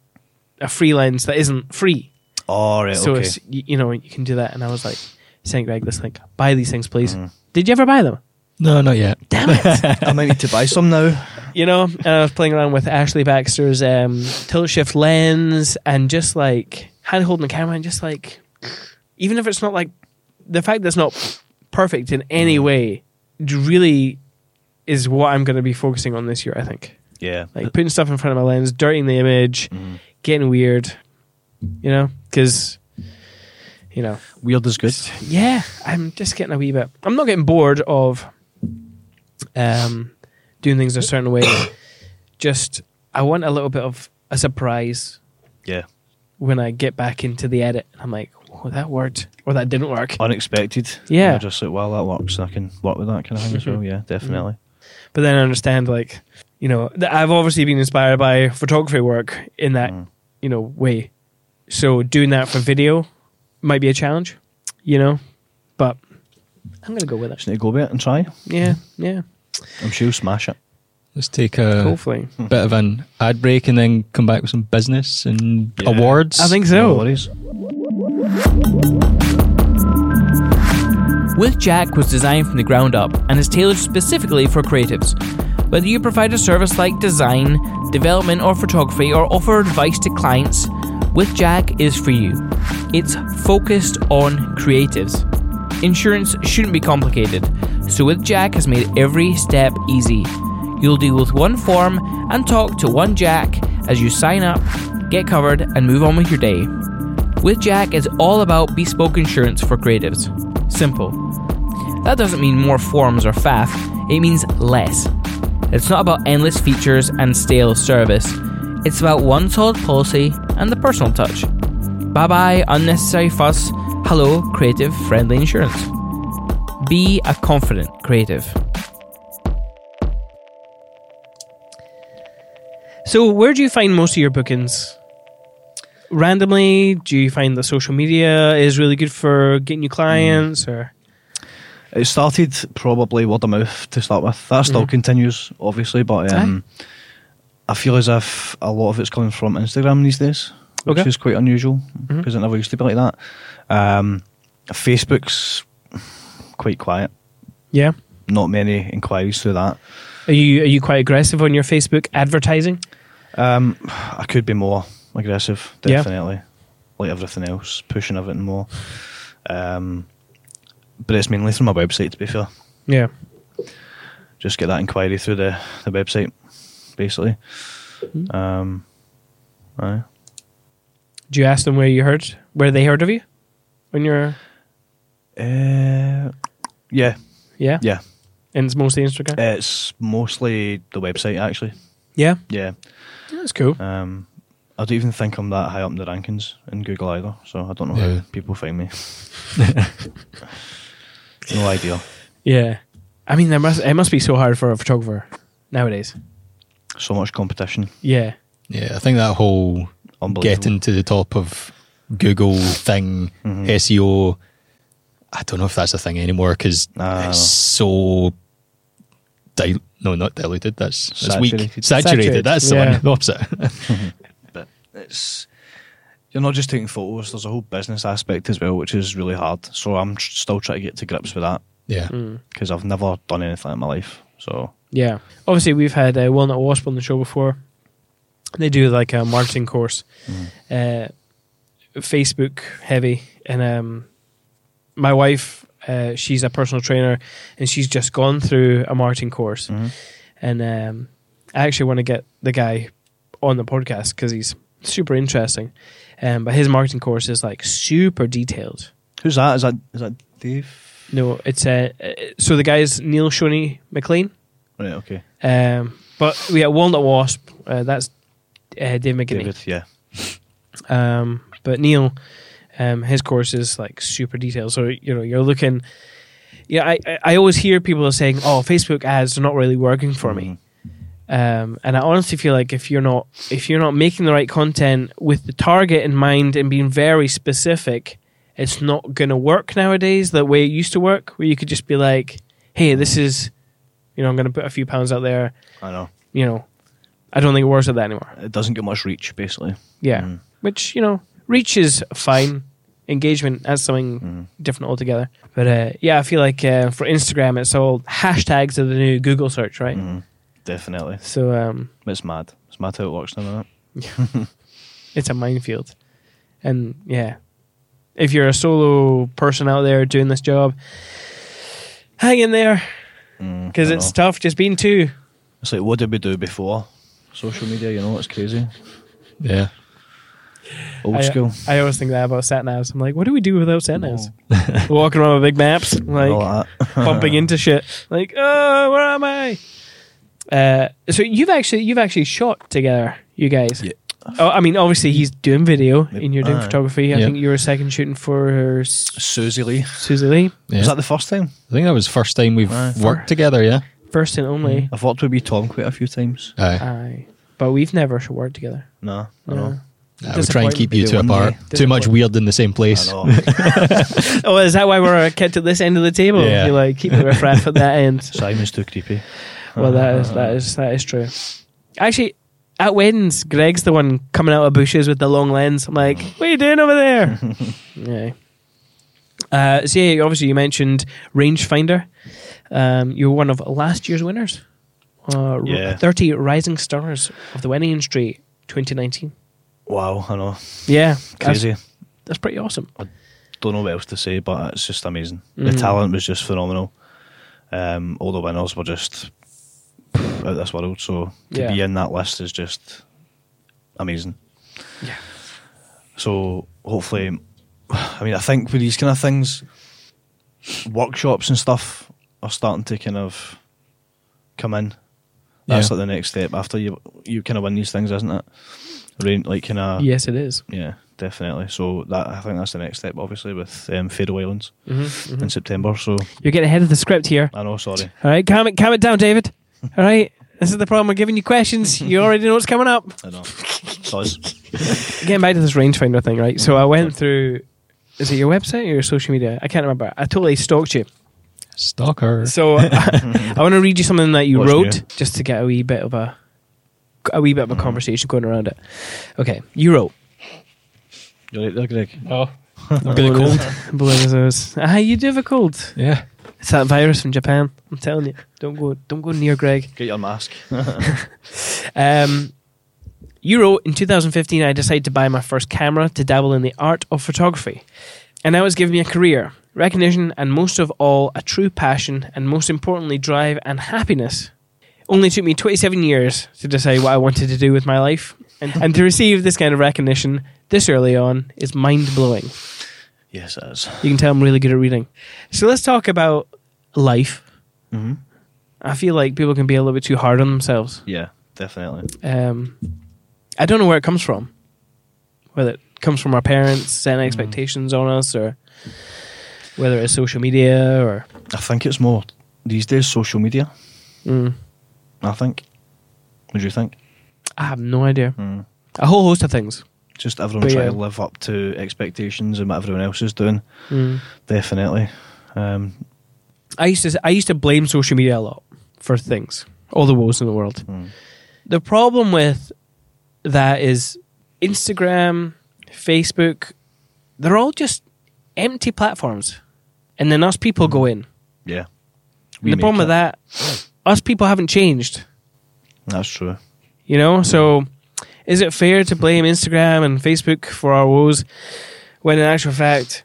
a free lens that isn't free. All Ah, right, so okay. it's you, you know you can do that. And I was like, sent Greg this link, buy these things, please. Mhm. Did you ever buy them? No, not yet. Damn it! I might need to buy some now. you know, and I was playing around with Ashley Baxter's um, tilt shift lens and just like hand holding the camera and just like, even if it's not like the fact that it's not perfect in Mm. any way, d- really is what I'm going to be focusing on this year. I think Yeah. like putting stuff in front of my lens, dirtying the image, Mhm. getting weird, you know, because you know Weird is good. yeah, I'm just getting a wee bit. I'm not getting bored of um, doing things a certain way. just I want a little bit of a surprise Yeah. when I get back into the edit. I'm like, oh, that worked or that didn't work. Unexpected. Yeah. You're just like, well, that works. I can work with that kind of thing as well. Yeah, definitely. But then I understand, like, you know, that I've obviously been inspired by photography work in that, Mm. you know, way. So doing that for video might be a challenge, you know, but I'm gonna go with it. Just need to go with it and try. Yeah, yeah, I'm sure you'll smash it. Let's take a hopefully. bit of an ad break and then come back with some business and Yeah. awards. I think No so. worries. With Jack was designed from the ground up and is tailored specifically for creatives. Whether you provide a service like design, development, or photography, or offer advice to clients, With Jack is for you. It's focused on creatives. Insurance shouldn't be complicated, so With Jack has made every step easy. You'll deal with one form and talk to one Jack as you sign up, get covered, and move on with your day. With Jack is all about bespoke insurance for creatives. Simple. That doesn't mean more forms or faff, it means less. It's not about endless features and stale service. It's about one solid policy and the personal touch. Bye bye, unnecessary fuss. Hello, creative friendly insurance. Be a confident creative. So, where do you find most of your bookings? Randomly, do you find that social media is really good for getting new clients, or It started probably word of mouth to start with. That Mm-hmm. still continues, obviously, but um, I feel as if a lot of it's coming from Instagram these days, which Okay. Mm-hmm. is quite unusual because it never used to be like that. Um, Facebook's quite quiet. yeah? Not many inquiries through that. Are you are you quite aggressive on your Facebook advertising? Um, I could be more aggressive, Yeah. definitely. Like everything else, pushing everything more. Um, but it's mainly through my website, to be fair. Yeah, just get that inquiry through the, the website, basically. Mm-hmm. Um, aye. do you ask them where you heard where they heard of you when you're Uh, yeah, yeah yeah. and it's mostly Instagram. It's mostly the website, actually. yeah, Yeah. that's cool. Um, I don't even think I'm that high up in the rankings in Google either, so I don't know Yeah. how people find me. no idea. Yeah, I mean, there must it must be so hard for a photographer nowadays. So much competition. Yeah, Yeah, I think that whole Unbelievable. getting to the top of Google thing, Mm-hmm. Mm. SEO. I don't know if that's a thing anymore because Nah, it's so. Dil- no, not diluted. That's that's weak. Saturated. Saturated. Saturated, That's the yeah. one. The opposite. but it's you're not just taking photos. There's a whole business aspect as well, which is really hard. So I'm tr- still trying to get to grips with that yeah. Mm. Hmm. because I've never done anything in my life. So yeah. Obviously, we've had uh, Walnut Wasp on the show before. They do like a marketing course, uh, Facebook heavy, and um, my wife, uh, she's a personal trainer, and she's just gone through a marketing course, and um, I actually want to get the guy on the podcast because he's super interesting. Um, but his marketing course is like super detailed. who's that? Is that is that Dave? No, it's uh, uh, so the guy's Neil Shoney McLean. Right. Okay. Um, but we had Walnut Wasp. Uh, that's uh, Dave McGinney. David. Yeah. Um, but Neil, um, his course is like super detailed. So you know you're looking. Yeah, I I- I always hear people saying, "Oh, Facebook ads are not really working for Mm-hmm. me." Um, and I honestly feel like if you're not if you're not making the right content with the target in mind and being very specific, it's not going to work nowadays the way it used to work, where you could just be like, "Hey, this is, you know, I'm going to put a few pounds out there." I know. you know, I don't think it works at that anymore. It doesn't get much reach, basically. Yeah. Mm. Which, you know, reach is fine. Engagement, that's something Mm. different altogether. But uh, yeah, I feel like uh, for Instagram, it's all hashtags of the new Google search, right? Mm. Definitely. So um, It's mad. It's mad how it works now, isn't it? it's a minefield. And yeah, if you're a solo person out there doing this job, hang in there because Mm, I it's know. tough just being two. It's like, what did we do before social media? You know, it's crazy. Yeah. Old I, uh, school. I always think that about sat navs. I'm like, what do we do without sat navs? Walking around with big maps, like all that. bumping into shit. Like, oh, where am I? Uh, so you've actually you've actually shot together, you guys. Yeah. Oh, I mean, obviously he's doing video and you're doing Aye. photography. I Yeah. think you were second shooting for S- Susie Lee. Susie Lee, yeah. Was that the first time? I think that was the first time we've Aye. worked together. Yeah. first and only. I've worked with wee Tom quite a few times. Aye. Aye, but we've never sh- worked together. Nah, I No. know. I would try and keep you two Disappointment. apart. Too much Disappointment. weird in the same place. I know. Oh, is that why we're kept at this end of the table? Yeah. You like keep the riffraff at that end. Simon's too creepy. Well, that is Uh-huh. that is that is true. Actually, at weddings, Greg's the one coming out of bushes with the long lens. I'm like, what are you doing over there? yeah. Uh, so yeah, obviously you mentioned rangefinder. Um, you're one of last year's winners. Uh, r- Yeah. 30 rising stars of the wedding industry 2019. Wow, I know. Yeah, Crazy. That's, that's pretty awesome. Don't know what else to say, but it's just amazing. The Mm. talent was just phenomenal. Um, all the winners were just out of this world. So to Yeah. be in that list is just amazing. Yeah. So hopefully, I mean, I think with these kind of things, workshops and stuff are starting to kind of come in. That's like the next step after you you kind of win these things, isn't it? Rain, like kind of Yes, it is. yeah, definitely. So that I think that's the next step, obviously, with um, Faroe Islands Mhm, in mhm. September. So You're getting ahead of the script here. I know, sorry. All right, calm it, calm it down, David. All right, this is the problem. We're giving you questions. You already know what's coming up. I know. So it's- Getting back to this rangefinder thing, right? Mm-hmm. So I went through. Is it your website or your social media? I can't remember. I totally stalked you. Stalker. So I want to read you something that you What's wrote new? Mm-hmm. just to get a wee bit of a a wee bit of a conversation going around it. Okay, you wrote. you're right there, Greg. Oh, I'm getting cold. Blowing his nose. Ah, you do have a cold. Yeah. It's that virus from Japan. I'm telling you, don't go, don't go near Greg. Get your mask. Um, you wrote in 2015, I decided to buy my first camera to dabble in the art of photography, and now it's given me a career, recognition, and most of all, a true passion, and most importantly, drive and happiness. Only took me 27 years to decide what I wanted to do with my life, and, and to receive this kind of recognition this early on is mind blowing. yes, it is. You can tell I'm really good at reading. So let's talk about life. Mhm. I feel like people can be a little bit too hard on themselves. Yeah, definitely. Um, I don't know where it comes from. Whether it comes from our parents setting expectations on us, or whether it's social media, or I think it's more these days social media. Mm. I think. Would you think? I have no idea. Mm. A whole host of things. Just everyone But trying yeah. to live up to expectations and what everyone else is doing. Definitely. Um, I used to I used to blame social media a lot for things, all the woes in the world. Mm. The problem with that is Instagram, Facebook, they're all just empty platforms, and then us people go in. yeah. the problem with that. that, us people haven't changed. That's true. You know, so is it fair to blame Instagram and Facebook for our woes when in actual fact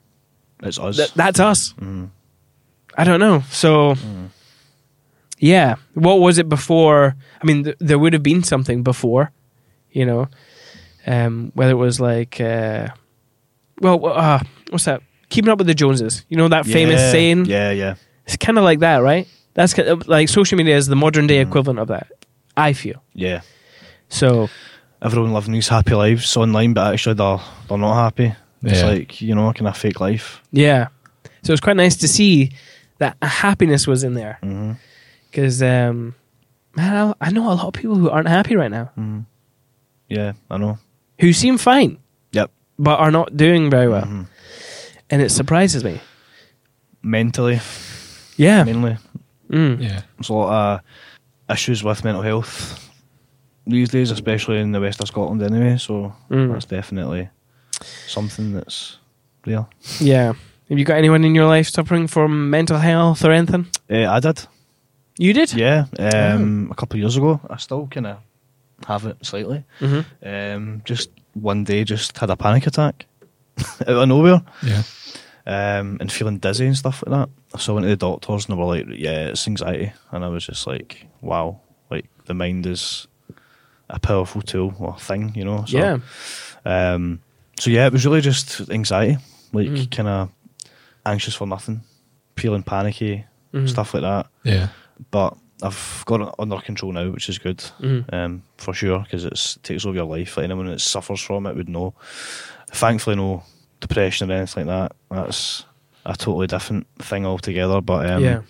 It's us. th- that's us? Mm. I don't know. So yeah, what was it before? I mean, th- there would have been something before, you know, um, whether it was like, uh, well, uh, what's that? Keeping up with the Joneses. You know that famous Yeah, saying. Yeah, yeah. It's kind of like that, right? That's ki- like social media is the modern Mm. day equivalent of that. I feel Yeah. so. Everyone living these happy lives online, but actually they're they're not happy. It's Yeah. like, you know, kind of fake life. Yeah. So it's quite nice to see that happiness was in there Mm-hmm. because, um, man, I, I know a lot of people who aren't happy right now Mm-hmm. Yeah, I know. who seem fine Yep. but are not doing very Oh, well, Mhm. and it surprises me. Mentally, Yeah. mainly. Mm. Yeah. There's a lot of issues with mental health these days, especially in the west of Scotland anyway, so Mm. that's definitely something that's real. Yeah. Have you got anyone in your life suffering from mental health or anything? Uh, I did, You did. yeah, um, a couple of years ago. I still kind of have it slightly. hmm Um, just one day, just had a panic attack out of nowhere. Yeah. um, and feeling dizzy and stuff like that. So I went to the doctors and they were like, "Yeah, it's anxiety," and I was just like, "Wow, like the mind is a powerful tool or thing, you know." So, yeah. Um, so yeah, it was really just anxiety, like Mm. kind of anxious for nothing, feeling panicky, Mhm. stuff like that. Yeah. But I've got it under control now, which is good. Mhm. Um, for sure, because it takes over your life. Like anyone that suffers from it would know. Thankfully, no depression or anything like that. That's a totally different thing altogether. But um, yeah.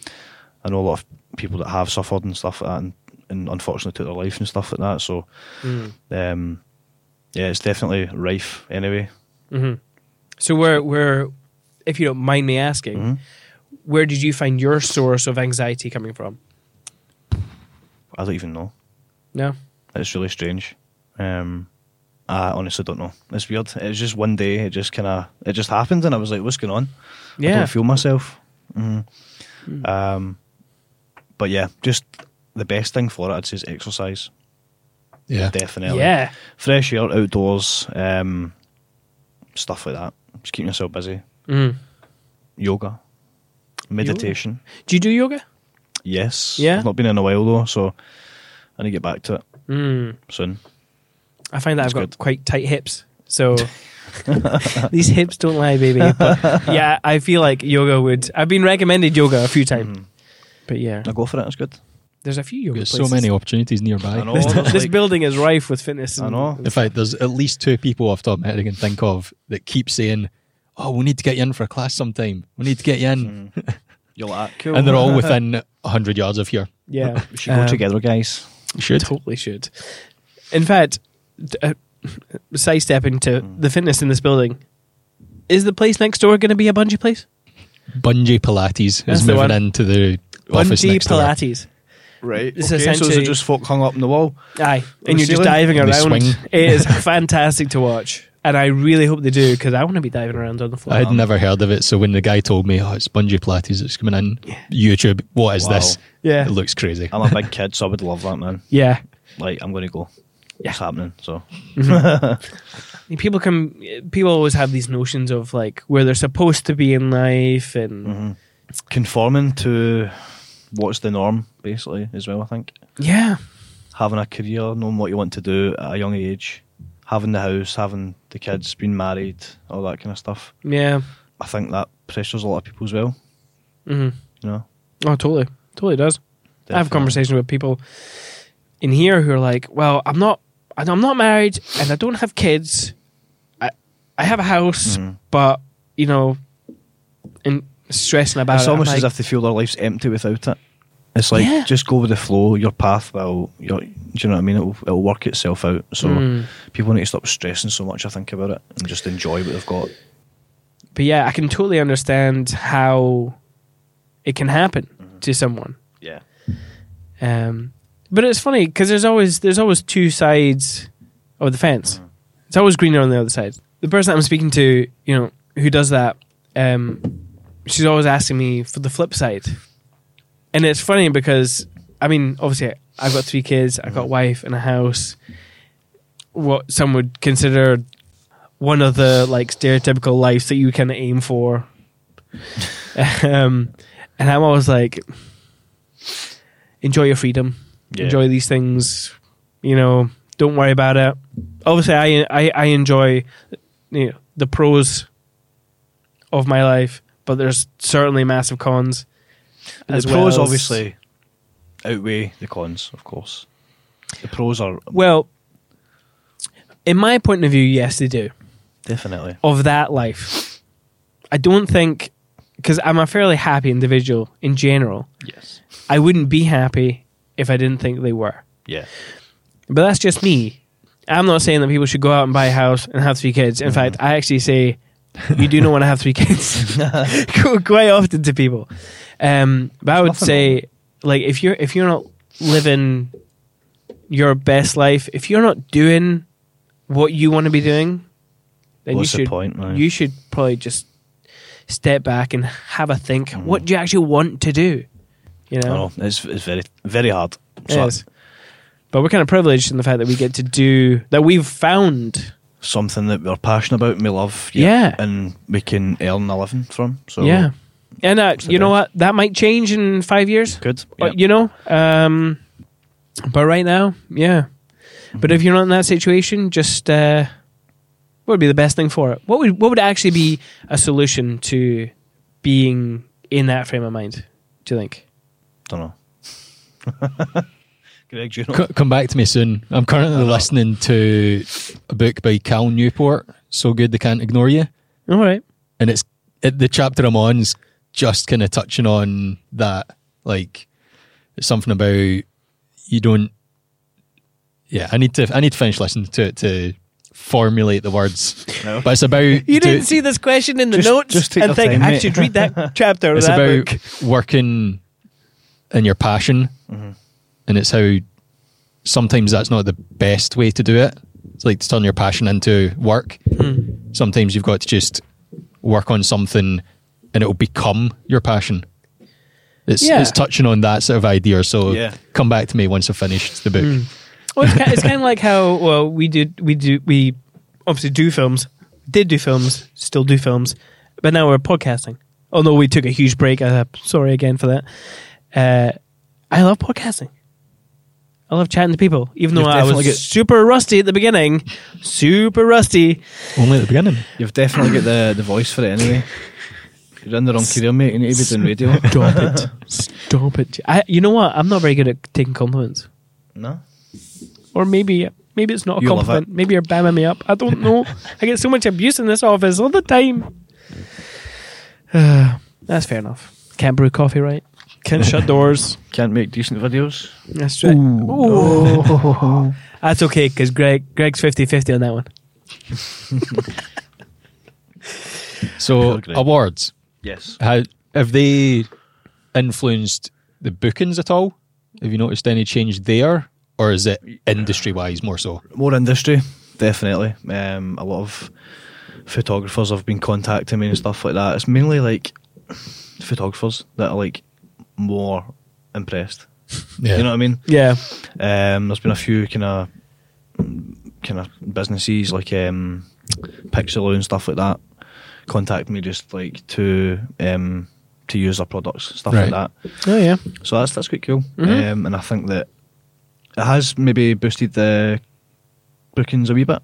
I know a lot of people that have suffered and stuff like that, and, and unfortunately took their life and stuff like that. So Mm. um, yeah, it's definitely rife anyway. hmm So where where, if you don't mind me asking, Mhm. where did you find your source of anxiety coming from? I don't even know. No. It's really strange. Um, I honestly don't know. It's weird. It was just one day. It just kind of it just happened, and I was like, "What's going on?" I Yeah. Hmm. don't feel myself. Mhm. Um, but yeah, just the best thing for it, I'd say, is exercise. Yeah. Definitely. Yeah. Fresh air, outdoors, um, stuff like that. Just keeping yourself busy. Mm. Yoga, meditation. Do you do yoga? Yes. Yeah? I've not been in a while though, so I need to get back to it Mm. soon. I find that That's I've got good. quite tight hips, so These hips don't lie, baby. But yeah, I feel like yoga would. I've been recommended yoga a few times, Mm. but yeah, I go for it. It's good. there's a few yoga There's so places. many opportunities nearby. I know. This, There's this like- building is rife with fitness. And I know. In fact, there's at least two people off the top of my head I can think of that keep saying, "Oh, we need to get you in for a class sometime. We need to get you in," You're like, "Ah, cool. and they're all within hundred yards of here. yeah, We should go Um, together, guys. Should Totally should. In fact, d- uh, sidestepping to Mm. the fitness in this building, is the place next door going to be a bungee place? Bungee Pilates That's is the one. moving into the office bungee next door. Pilates. Right. It's okay, so is essentially- it just folk hung up in the wall? On Aye, and the you're just ceiling? diving They around. swing. It is fantastic to watch, and I really hope they do because I want to be diving around on the floor. I had never heard of it, so when the guy told me, "Oh, it's Bungee Pilates that's coming in," YouTube, what is Wow. this? Yeah. it looks crazy. I'm a big kid, so I would love that, man. yeah, Like, I'm going to go. It's happening. So, people come. People always have these notions of like where they're supposed to be in life, and Mm-hmm. conforming to what's the norm, basically, as well, I think. yeah, Having a career, knowing what you want to do at a young age, having the house, having the kids, being married, all that kind of stuff. yeah. I think that pressures a lot of people as well. hmm You know, Oh, totally, totally does. I have Definitely. conversations with people in here who are like, "Well, I'm not, and I'm not married, and I don't have kids. I, I have a house, Mm-hmm. but you know, and stressing about It's it. I'm almost as like, if they feel their life's empty without it. It's like Yeah. just go with the flow. Your path will, your, do you know what I mean? It'll, it'll work itself out. So Hmm. people need to stop stressing so much. I think about it and just enjoy what they've got. but yeah, I can totally understand how it can happen to someone. Yeah, Um, but it's funny because there's always there's always two sides of the fence. It's always greener on the other side. The person I'm speaking to, you know, who does that, um, she's always asking me for the flip side, and it's funny because I mean, obviously, I've got three kids, I've got a wife and a house. What some would consider one of the like stereotypical lives that you can aim for. um, and I'm always like, enjoy your freedom. Yeah. Enjoy these things. You know, don't worry about it. Obviously, I I, I enjoy you know, the pros of my life, but there's certainly massive cons. the as well pros as- obviously outweigh the cons, of course. The pros are Well, in my point of view, yes, they do. definitely. of that life. I don't think because I'm a fairly happy individual in general. Yes. I wouldn't be happy if I didn't think they were. Yeah. But that's just me. I'm not saying that people should go out and buy a house and have three kids. In Mm-hmm. fact, I actually say you do not want to have three kids Qu- quite often to people. Um, but I would nothing say, like, if you're if you're not living your best life, if you're not doing what you want to be doing, then What's the you should point, right? you should probably just step back and have a think. Mm. What do you actually want to do? You I know, know it's it's very very hard. It So- is. But we're kind of privileged in the fact that we get to do that. We've found something that we're passionate about and we love. Yeah. And we can earn a living from. So yeah, and uh, the you know what? That might change in five years. Good. Uh, Yep. You know, um, but right now, yeah. But if you're not in that situation, just uh, what would be the best thing for it? What would what would actually be a solution to being in that frame of mind? Do you think? don't know. Greg, do you know? C- come back to me soon. I'm currently listening to a book by Cal Newport, "So Good They Can't Ignore You," All right. and it's it, the chapter I'm on is just kind of touching on that. Like, it's something about you don't. Yeah, I need to. I need to finish listening to it to formulate the words. No. But it's about do- You didn't see this question in the Just- notes just take and your think time, I mate." should read that chapter. Or it's that about book. working in your passion Mm-hmm. and it's how sometimes that's not the best way to do it it's like to turn your passion into work Hmm. sometimes you've got to just work on something and it'll become your passion it's, Yeah. it's touching on that sort of idea so Yeah. come back to me once i've finished the book Hmm. Well, it's kind, it's kind of like how well we did we do we obviously do films, did do films, still do films, but now we're podcasting. Although we took a huge break, uh, sorry again for that. Uh, I love podcasting. I love chatting to people, even though You've I was definitely got- super rusty at the beginning. Super rusty. Only at the beginning. You've definitely got the, the voice for it anyway. You're in the wrong career, mate. You need to be doing radio. Stop it. Stop it. I, you know what? I'm not very good at taking compliments. No. Or maybe maybe it's not a You love compliment. Maybe you're bamming me up. I don't know. I get so much abuse in this office all the time. That's fair enough. Can't brew coffee, right? Can't shut doors. Can't make decent videos. That's right. Ooh. That's okay because Greg Greg's 50-50 on that one. So Pilgrim. awards. Yes. How have they influenced the bookings at all? Have you noticed any change there, or is it industry wise more so? More industry, definitely. Um, a lot of photographers have been contacting me and stuff like that. It's mainly like photographers that are like more impressed. Yeah. You know what I mean? Yeah. Um, there's been a few kind of kind of businesses like um, Pixeloo and stuff like that contact me just like to um, to use their products, stuff Right. like that. Oh yeah. So that's that's quite cool. Mm-hmm. Um, and I think that it has maybe boosted the bookings a wee bit.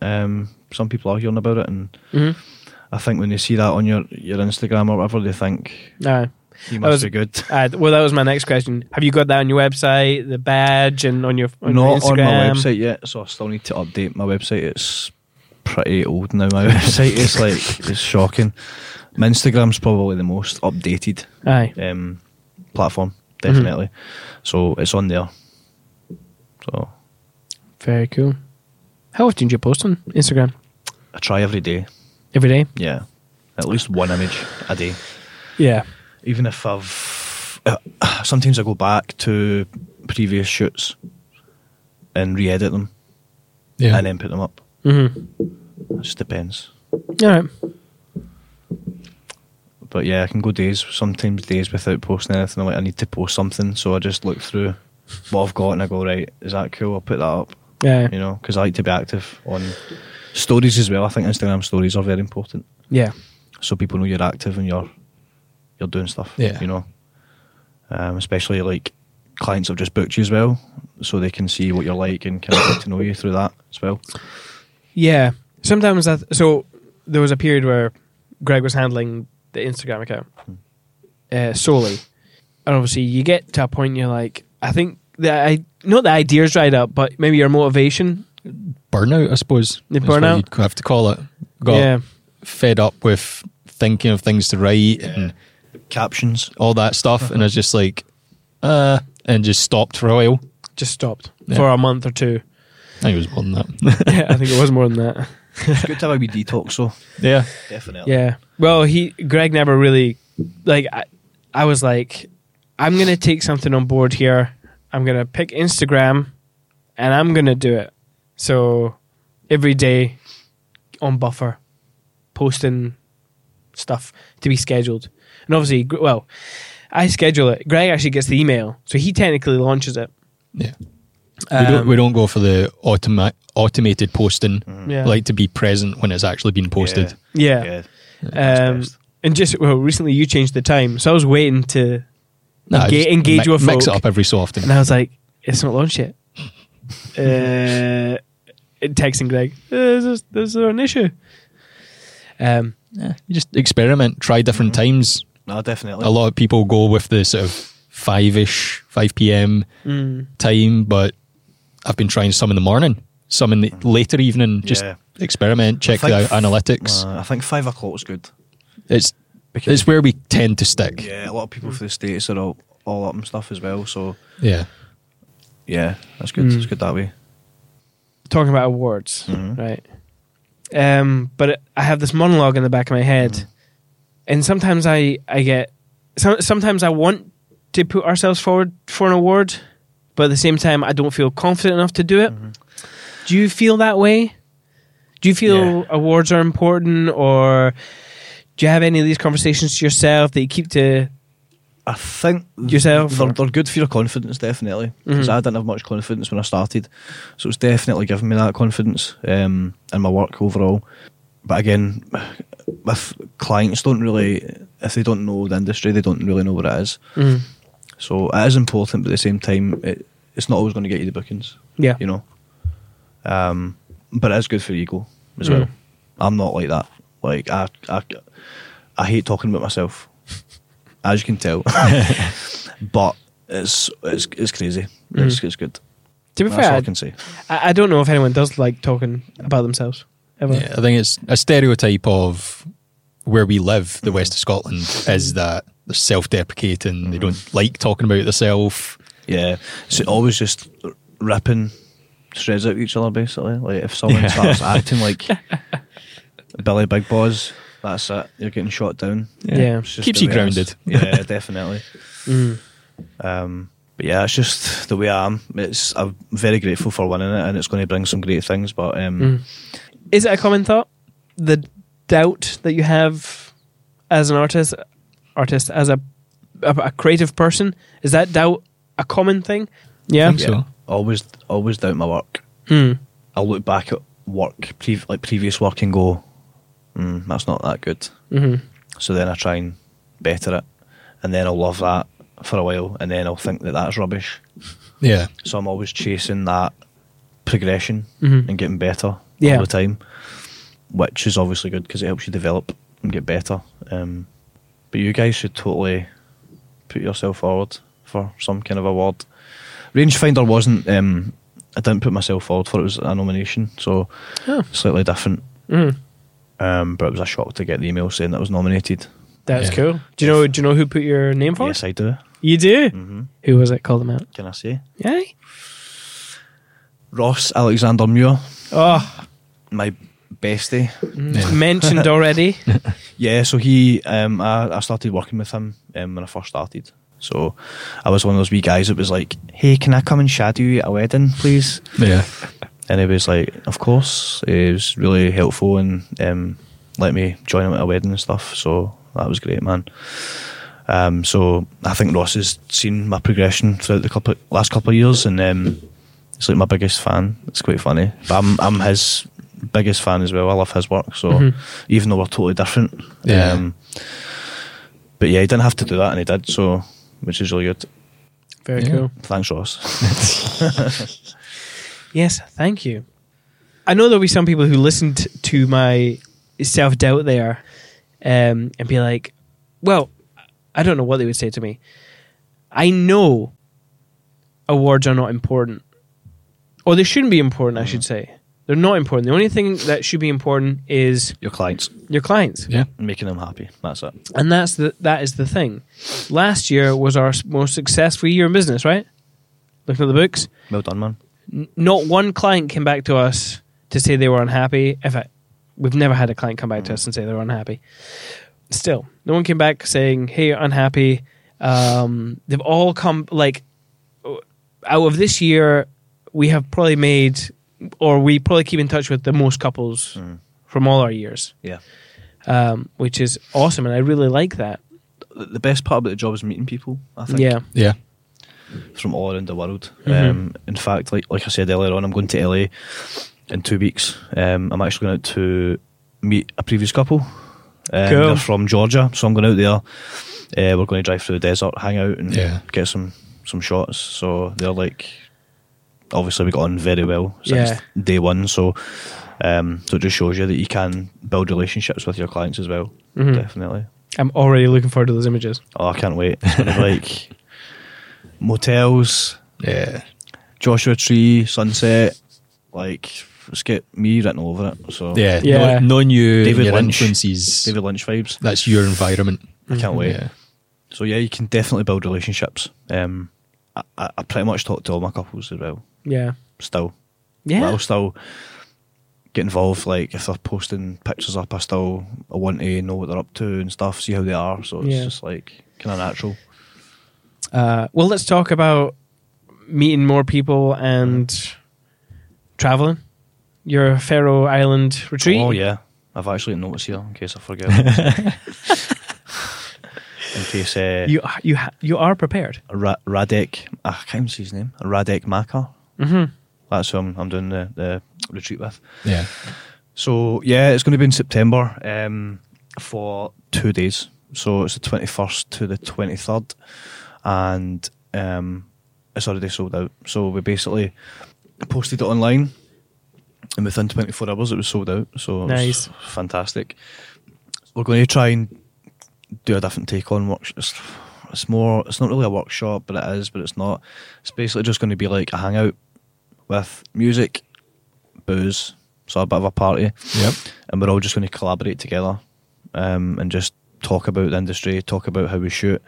Um, some people are hearing about it, and Mhm. I think when they see that on your, your Instagram or whatever, they think No. he must was- be good. Uh, well, that was my next question. Have you got that on your website, the badge, and on your on your Not on my Instagram? website yet, so I still need to update my website. It's pretty old now. My website is like it's shocking. My Instagram's probably the most updated Aye. um, platform, Mm-hmm. definitely. So it's on there. So Very cool. How often do you post on Instagram? I try every day. Every day? Yeah, at least one image a day. Yeah. Even if I've uh, sometimes I go back to previous shoots and re-edit them Yeah. and then put them up. Mm-hmm. It just depends. All right. But yeah, I can go days, sometimes days without posting anything. I'm like, I need to post something, so I just look through what I've got and I go, right, is that cool? I'll put that up, Yeah. you know, because I like to be active on stories as well. I think Instagram stories are very important, Yeah. so people know you're active and you're you're doing stuff. Yeah. you know, um, especially like clients have just booked you as well, so they can see what you're like and kind of get to know you through that as well. Yeah. Sometimes that. So there was a period where Greg was handling the Instagram account Hmm. uh, solely, and obviously you get to a point you're like, I think that I not the ideas dried up, but maybe your motivation. burnout, I suppose. The is what burnout? you'd have to call it. Got Yeah. fed up with thinking of things to write and Captions, all that stuff, and I was just like, uh, and just stopped for a while. Just stopped Yeah. for a month or two. I think it was more than that. yeah, I think it was more than that. it's good to have a wee detox, so yeah. definitely. Yeah. Well, he Greg never really like I, I was like I'm going to take something on board here. I'm going to pick Instagram and I'm going to do it. So every day on buffer posting stuff to be scheduled. And obviously gr- well, I schedule it. Greg actually gets the email. So he technically launches it. Um, Yeah. we, don't, we don't go for the automa- automated posting. Yeah. Like to be present when it's actually being posted. yeah. yeah. Um, best. and just well, recently you changed the time, so I was waiting to No, Engage- just engage with mix it folk. up every so often. And I was like, it's not launched yet. uh, texting Greg, this is, this is an issue. Um, You just experiment, try different Mm-hmm. times. No, definitely. A lot of people go with the sort of five ish, five p.m. time, but I've been trying some in the morning, some in the later evening. Just Mm. Yeah. experiment, check think the f- analytics. Uh, I think five o'clock's good. it's because- it's where we tend to stick. Yeah, a lot of people for the states are all, all up and stuff as well. So Yeah. yeah, that's good. Hmm. It's good that way. Mm-hmm. talking about awards, right? Um, but I have this monologue in the back of my head, Mm. and sometimes I I get some, sometimes I want to put ourselves forward for an award, but at the same time I don't feel confident enough to do it. Mm-hmm. Do you feel that way? Do you feel awards are important, or do you have any of these conversations to yourself that you keep to? I think th- Yourself They're, or- they're Mm-hmm. good for your confidence, definitely. Because I didn't have much confidence when I started, so it's definitely given me that confidence um, in my work overall. But again, if clients don't really, if they mm, don't know the industry, they don't really know what it is. So it is important, but at the same time, it, it's not always going to get you the bookings. Yeah. you know. Um, but it is good for your ego as Mm. well. I'm not like that. Like I, I, I hate talking about myself, as you can tell. but it's it's it's crazy. Mm. It's it's good. To be That's all fair, I can say. I, I don't know if anyone does like talking about themselves ever. Yeah, I think it's a stereotype of where we live, the Mm-hmm. west of Scotland, is that they're self-deprecating. They don't like talking about themselves. Yeah, so always just ripping shreds out each other basically. Like if someone Yeah. starts acting like Billy Big Boss, that's it. You're getting shot down. Yeah. Yeah. It's just Keeps the you way it is. grounded. Yeah, definitely. Mm. Um, but yeah, it's just the way I am. It's I'm very grateful for winning it, and it's going to bring some great things. But um, Mm. Is it a common thought? The doubt that you have as an artist, artist as a a, a creative person, is that doubt a common thing? Yeah. think so. always always doubt my work. Hmm. I look back at work, pre- like previous work, and go, mm, "That's not that good." Mhm. So then I try and better it, and then I'll love that for a while, and then I'll think that that's rubbish. Yeah, So I'm always chasing that progression Mhm. and getting better Yeah. all the time, which is obviously good because it helps you develop and get better. Um, but you guys should totally put yourself forward for some kind of award. Rangefinder wasn't. Um, I didn't put myself forward for it. it was a nomination, so Oh. slightly different. Mm. Um, but it was a shock to get the email saying that I was nominated. That's Yeah. cool. Do you know? Do you know who put your name for? Yes, I do. You do. hmm Who was it? Call them out. Can I say Yeah. Ross Alexander Muir, Oh, my bestie? Yeah. mentioned already. Yeah, so he, um, I, I started working with him um, when I first started. So I was one of those wee guys that was like, "Hey, can I come and shadow you at a wedding, please?" yeah, And he was like, "Of course." He was really helpful and um, let me join him at a wedding and stuff. So that was great, man. Um, so I think Ross has seen my progression throughout the couple, last couple of years, and um, he's like my biggest fan. It's quite funny, but I'm I'm his biggest fan as well. I love his work. So Mhm. even though we're totally different, um, Yeah. but yeah, he didn't have to do that, and he did. So which is really good. Very Yeah. cool. Thanks, Ross. Yes, thank you. I know there'll be some people who listened to my self doubt there um, and be like, well, I don't know what they would say to me. I know awards are not important, or they shouldn't be important, I should say. They're not important. The only thing that should be important is Your clients your clients. yeah. making them happy. That's it. And that's the, that is the thing. Last year was our s- most successful year in business, right? Looking at the books Well done, man. not one client came back to us to say they were unhappy. In fact, we've never had a client come back to us Mm. and say they were unhappy. Still, no one came back saying, "Hey, you're unhappy." Um, they've all come like uh, out of this year. We have probably made, or we probably keep in touch with the most couples Mm. from all our years, Yeah. um, which is awesome, and I really like that. the- the best part about the job is meeting people. I think. Yeah, yeah. From all around the world. Mhm. Um, in fact, like like I said earlier on, I'm going to LA in two weeks. Um, I'm actually going out to meet a previous couple. Um, Cool. They're from Georgia, so I'm going out there. Uh, we're going to drive through the desert, hang out, and Yeah. get some some shots. So they're like, obviously we got on very well since Yeah. day one. So, um, so it just shows you that you can build relationships with your clients as well. Mhm. Definitely. I'm already looking forward to those images. Oh, I can't wait. It's gonna be like motels, Yeah. Joshua Tree, sunset. Like, let's get me written all over it. So, Yeah. Yeah. No, knowing you, David your Lynch. influences, David Lynch vibes. that's your environment. I can't wait. Yeah. So, yeah, you can definitely build relationships. Um, I, I, I pretty much talk to all my couples as well, Yeah, still. yeah. But I'll still get involved. Like, if they're posting pictures up, I still I want to know what they're up to and stuff, see how they are. So, it's Yeah. just like kind of natural. Uh, well, let's talk about meeting more people and traveling. Your Faroe Island retreat. Oh yeah, I've actually got notes here in case I forget. in case uh, you you ha- you are prepared. Ra- Radek, I can't even see his name. Radek Makar. Mhm. That's who I'm, I'm doing the, the retreat with. Yeah. So yeah, it's going to be in September um, for two days. So it's the 21st to the 23rd, and um, it's already sold out. So we basically posted it online, and within 24 hours, it was sold out. So it was Nice. fantastic. We're going to try and do a different take on work. It's, it's more. It's not really a workshop, but it is. But it's not. It's basically just going to be like a hangout with music, booze, so a bit of a party Yep. and we're all just going to collaborate together um, and just talk about the industry, talk about how we shoot.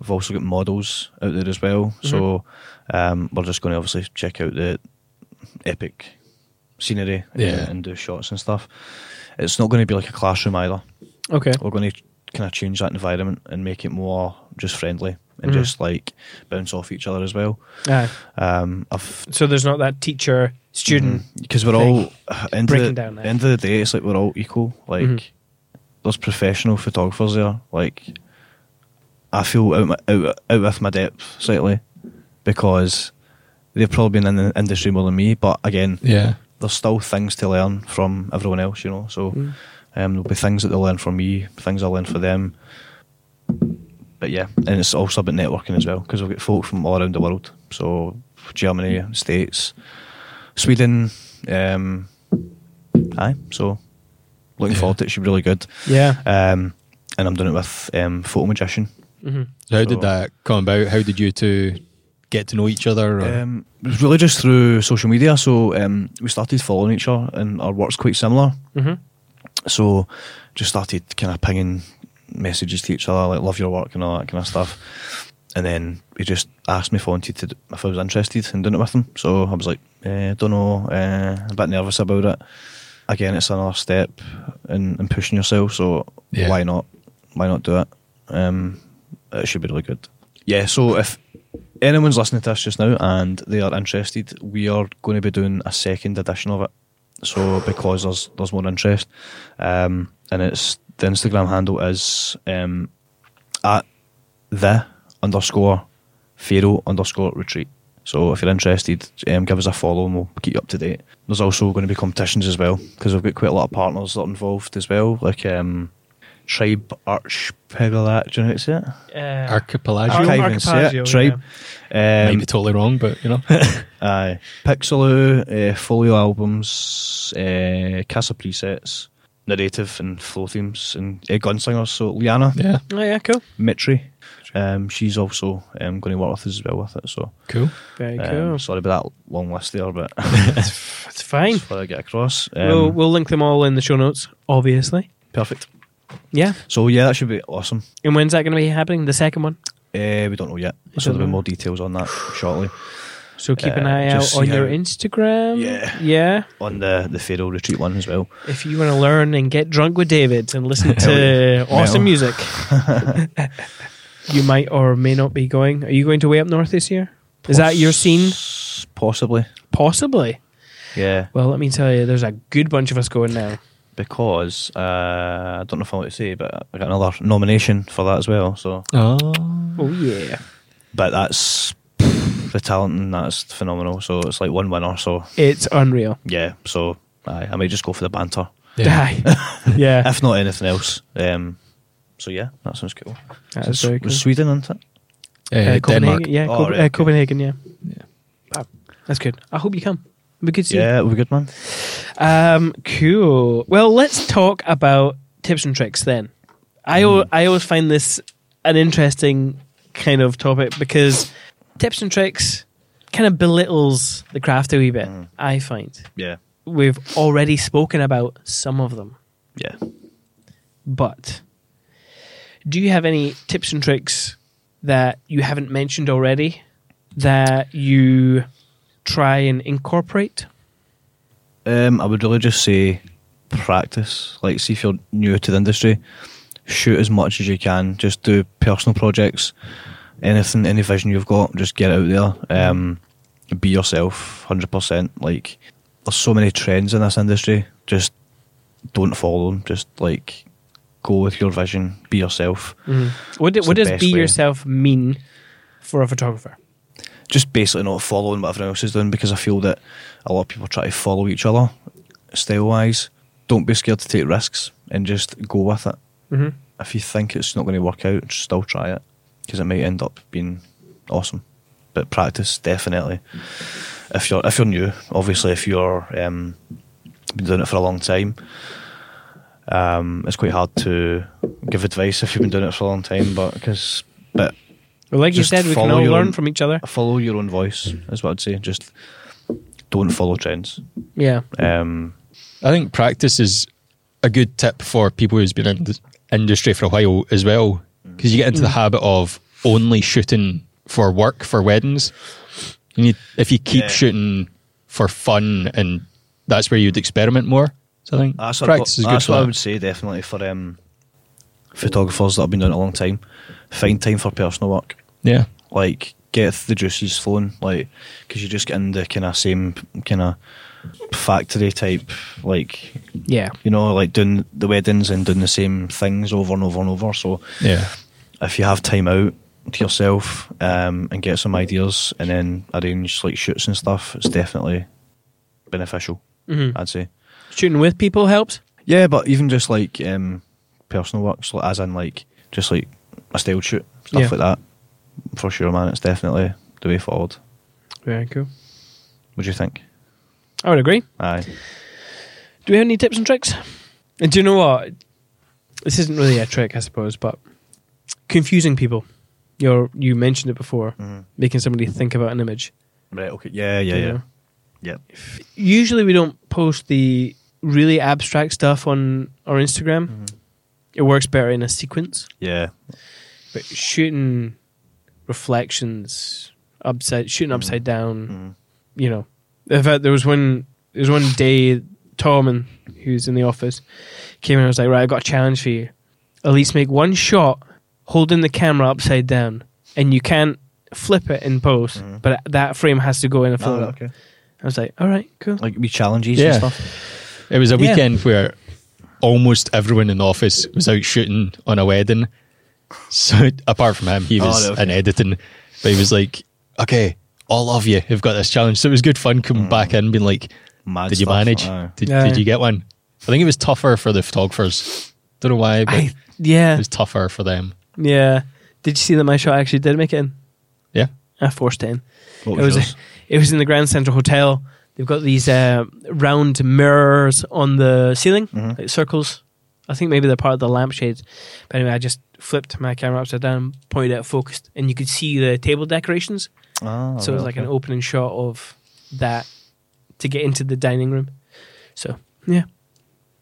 I've also got models out there as well, so um, we're just going to obviously check out the epic scenery uh, Yeah. and do shots and stuff. It's not going to be like a classroom either. Okay. We're going to kind of change that environment and make it more just friendly and Mhm. just like bounce off each other as well. Aye. Um, I've so there's not that teacher student. because Mm-hmm. we're thing. all end Breaking of the, down that. end of the day it's like we're all equal like Mhm. there's professional photographers there like I feel out, my, out out with my depth slightly because they've probably been in the industry more than me but again Yeah. there's still things to learn from everyone else you know so um, there'll be things that they'll learn from me things I'll learn from them but yeah and it's also about networking as well because we've got folk from all around the world so Germany States Sweden. Um, aye, so looking Yeah. forward to it. Should be really good. Mm-hmm. Yeah. Um, and I'm doing it with um, Photo Magician. So how did So- that come about? How did you two get to know each other? Or? Um, it was really just through social media. So um, we started following each other, and our work's quite similar. Mhm. So just started kind of pinging messages to each other, like love your work and all that kind of stuff. And then he just asked me if I wanted to, d- if I was interested in doing it with him. So I was like, eh, don't know, eh, a bit nervous about it. Again, it's another step in, in pushing yourself. So Yeah. why not? Why not do it? Um, it should be really good. Yeah. So if anyone's listening to this just now and they are interested, we are going to be doing a second edition of it. So because there's there's more interest, um, and it's the Instagram handle is um, at the underscore Pharaoh underscore retreat. So if you're interested, um, give us a follow and we'll keep you up to date. There's also going to be competitions as well because we've got quite a lot of partners that are involved as well, like um, Tribe Archipelago. Do you know how to say it? Uh, Archipelago? Arch- Archiving, say it, Archipelago, Tribe. Might Um, be totally wrong, but you know. Aye. Pixelu, uh, Folio albums, uh, Casa presets, narrative and flow themes, and uh, gunslingers. So Liana yeah. oh yeah, cool. Mitri, um, she's also um, going to work with us as well with it. So Cool. Very um, cool. sorry about that long list there, but It's fine. that's what I get across. Um, we'll we'll link them all in the show notes, obviously. perfect. Yeah. So yeah, that should be awesome. And when's that going to be happening? The second one. Uh, we don't know yet. So don't there'll be know. more details on that shortly So keep an Uh, eye out just on see your how- Instagram. Yeah. Yeah. on the the Pharaoh retreat one as well. If you want to learn and get drunk with David and listen to awesome Metal. music, you might or may not be going. Are you going to Way Up North this year? Is that your scene? Poss- Possibly. Possibly. Yeah, Well, let me tell you, there's a good bunch of us going now. because uh, I don't know if I want to say, but I got another nomination for that as well. So, Oh. Oh yeah. but that's the talent and that's phenomenal. So it's like one winner. So It's unreal. yeah, so aye, I might just go for the banter Yeah. Aye. yeah. if not anything else. Um, so yeah, that sounds cool. That's It very cool. was Sweden, isn't it? Uh, Denmark. Copenhagen, yeah, Oh, Cope- right, uh, okay. Copenhagen, yeah. Wow. That's good. I hope you come. It'd be good to see. Yeah, we're good, man. You. Um, cool. Well, let's talk about tips and tricks then. I al- I always find this an interesting kind of topic because tips and tricks kind of belittles the craft a wee bit. I find Yeah, we've already spoken about some of them. yeah. But do you have any tips and tricks that you haven't mentioned already that you try and incorporate? Um, I would really just say practice. Like, see if you're new to the industry, shoot as much as you can. Just do personal projects, anything, any vision you've got, just get it out there. Um, be yourself, hundred percent. Like, there's so many trends in this industry. Just don't follow them. Just like go with your vision. Be yourself. Mm-hmm. What, do, It's what the does best be way. yourself mean for a photographer? just basically not following what everyone else is doing because I feel that a lot of people try to follow each other style wise. Don't be scared to take risks and just go with it. Mhm. If you think it's not going to work out, just still try it because it might end up being awesome. but practice definitely. If you're if you're new, obviously, if you're um, been doing it for a long time, um, it's quite hard to give advice if you've been doing it for a long time. But because but Well, like Just you said, we can follow all your learn own- from each other. follow your own voice Mm. is what I'd say. Just don't follow trends. Yeah. Um, I think practice is a good tip for people who's been in the industry for a while as well, because you get into the Mm. habit of only shooting for work for weddings. You need if you keep Yeah. shooting for fun, and that's where you'd experiment more. So I think that's what, practice is good that's for what I that. would say definitely for um, photographers that have been doing it a long time. Find time for personal work. Yeah, like get the juices flowing, like because you just get in the kind of same kind of factory type, like Yeah. you know, like doing the weddings and doing the same things over and over and over. So yeah. if you have time out to yourself um, and get some ideas and then arrange like shoots and stuff, it's definitely beneficial. Mm-hmm. I'd say. Shooting with people helps. Yeah, but even just like um, personal works, like, as in like just like a style shoot stuff Yeah. like that, for sure, man. It's definitely the way forward. Very cool. What do you think? I would agree. Aye. Do we have any tips and tricks? And do you know what? This isn't really a trick, I suppose, but confusing people. You're, you mentioned it before, Mm-hmm. making somebody think about an image. Right. Okay. Yeah. Yeah. you Yeah. know? Yeah. Usually we don't post the really abstract stuff on our Instagram. It works better in a sequence. Mm-hmm. Yeah. But shooting reflections upside, shooting upside down, Mm. Mm-hmm. you know. In fact, there was one there was one day Tom and who's in the office came in and was like, "Right, I got a challenge for you. At least make one shot holding the camera upside down, and you can't flip it in post, but that frame has to go in a photo." I was like, "All right, cool." Oh, Like we challenges Yeah. and stuff. It was a Yeah. weekend where almost everyone in the office was out shooting on a wedding. So apart from him, he Oh, was no, okay. in editing, but he was like, "Okay, all of you have got this challenge." So it was good fun coming Mm. back in, being like, Mad "Did you stuff, manage? aye. Did, Yeah. did you get one?" I think it was tougher for the photographers. Don't know why, but I, it yeah, was tougher for them. yeah. Did you see that my shot actually did make it in? Yeah, I forced it in. What it was was yours? it was in the Grand Central Hotel. They've got these uh, round mirrors on the ceiling, like circles. I think maybe they're part of the lampshades. But anyway, I just flipped my camera upside down, pointed it, focused, and you could see the table decorations. Ah, so it was right, like an okay. opening shot of that to get into the dining room. So yeah,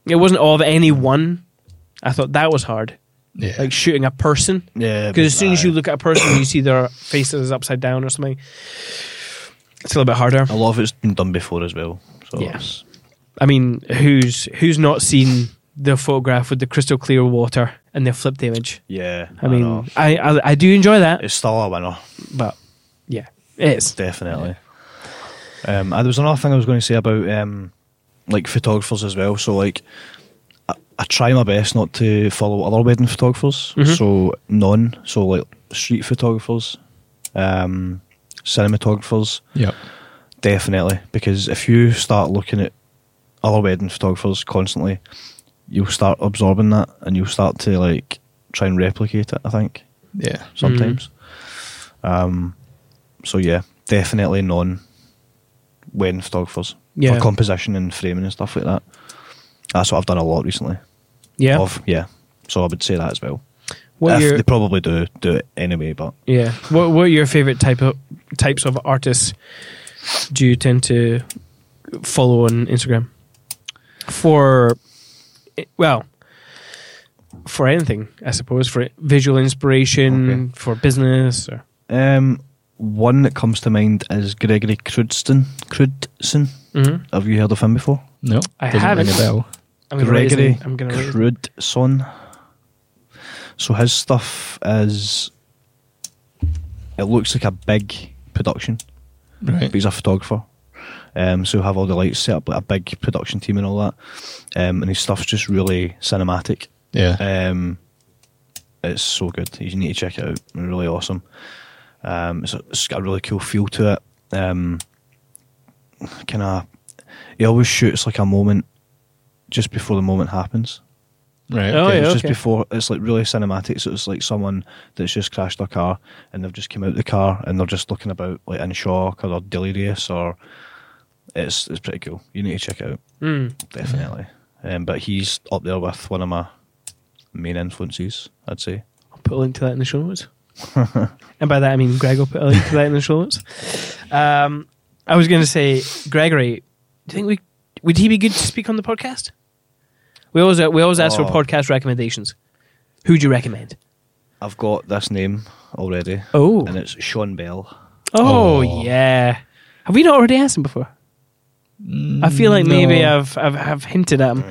it wasn't of any one. I thought that was hard, yeah. like shooting a person. Yeah. Because as soon as you look at a person, you see their face is upside down or something. It's a little bit harder. a lot of it's been done before as well. So Yeah. it's- I mean, who's who's not seen the photograph with the crystal clear water and the flipped image? yeah. I mean, know. I I, I do enjoy that, it's still a winner, but yeah, it's definitely. Um, and there was another thing I was going to say about um, like photographers as well. So like. I- I try my best not to follow other wedding photographers, Mm-hmm. so none, so like street photographers, um, cinematographers, Yep. Definitely, because if you start looking at other wedding photographers constantly, you'll start absorbing that and you'll start to like try and replicate it. I think yeah, sometimes. Mm. Um, so yeah, definitely non wedding photographers Yeah. for composition and framing and stuff like that. That's what I've done a lot recently. yeah. Of yeah, so I would say that as well. What are If- your they probably do do it anyway, but yeah? What what are your favorite type of types of artists do you tend to follow on Instagram? For eh, well, for anything, I suppose, for visual inspiration, Okay. for business, or Um, one that comes to mind is Gregory Crudston. Crudson. Have you heard of him before? no, I doesn't ring haven't. a bell. I'm gonna write his Gregory name- I'm gonna write his Crudson. So his stuff is. It looks like a big production, Right, but he's a photographer. Um, so have all the lights set up, like a big production team and all that. Um, and his stuff's just really cinematic. yeah, Um, it's so good. You need to check it out. It's really awesome. Um, it's, it's got a really cool feel to it. Um, kind of, he always shoots like a moment just before the moment happens. Right. Oh, okay. it's yeah, just okay. before it's like really cinematic. So it's like someone that's just crashed their car and they've just come out the car and they're just looking about like in shock or they're delirious or it's it's pretty cool. You need to check it out Mm. definitely. Um, but he's up there with one of my main influences, I'd say. I'll put a link to that in the show notes. and by that I mean Greg will put a link to that in the show notes. Um, I was going to say, Gregory, do you think we would he be good to speak on the podcast? We always we always ask Oh. for podcast recommendations. Who would you recommend? I've got this name already, Oh, and it's Sean Bell. oh, Oh. yeah. Have we not already asked him before? I feel like maybe Mm, no. I've, I've I've hinted at him.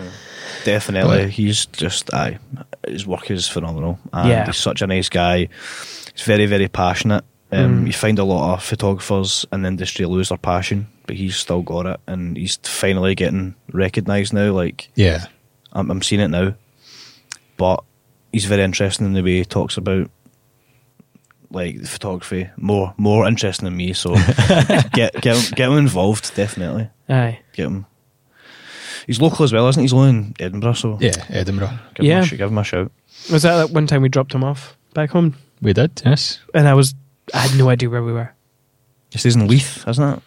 Definitely, Right. he's just aye. His work is phenomenal, and Yeah. he's such a nice guy. He's very, very passionate. Um, Mm. You find a lot of photographers in the industry lose their passion, but he's still got it, and he's finally getting recognised now. Like Yeah. I'm, I'm seeing it now, but he's very interesting in the way he talks about like photography. More, more interesting than me. So get get him, get him involved. Definitely Aye. get him. He's local as well, isn't he? He's only in Edinburgh, so Yeah. Edinburgh. Give, Yeah. him a, sh- give him a shout. Was that that one time we dropped him off back home, We did. Yes. and I was I had no idea where we were. This is in Leith, isn't it?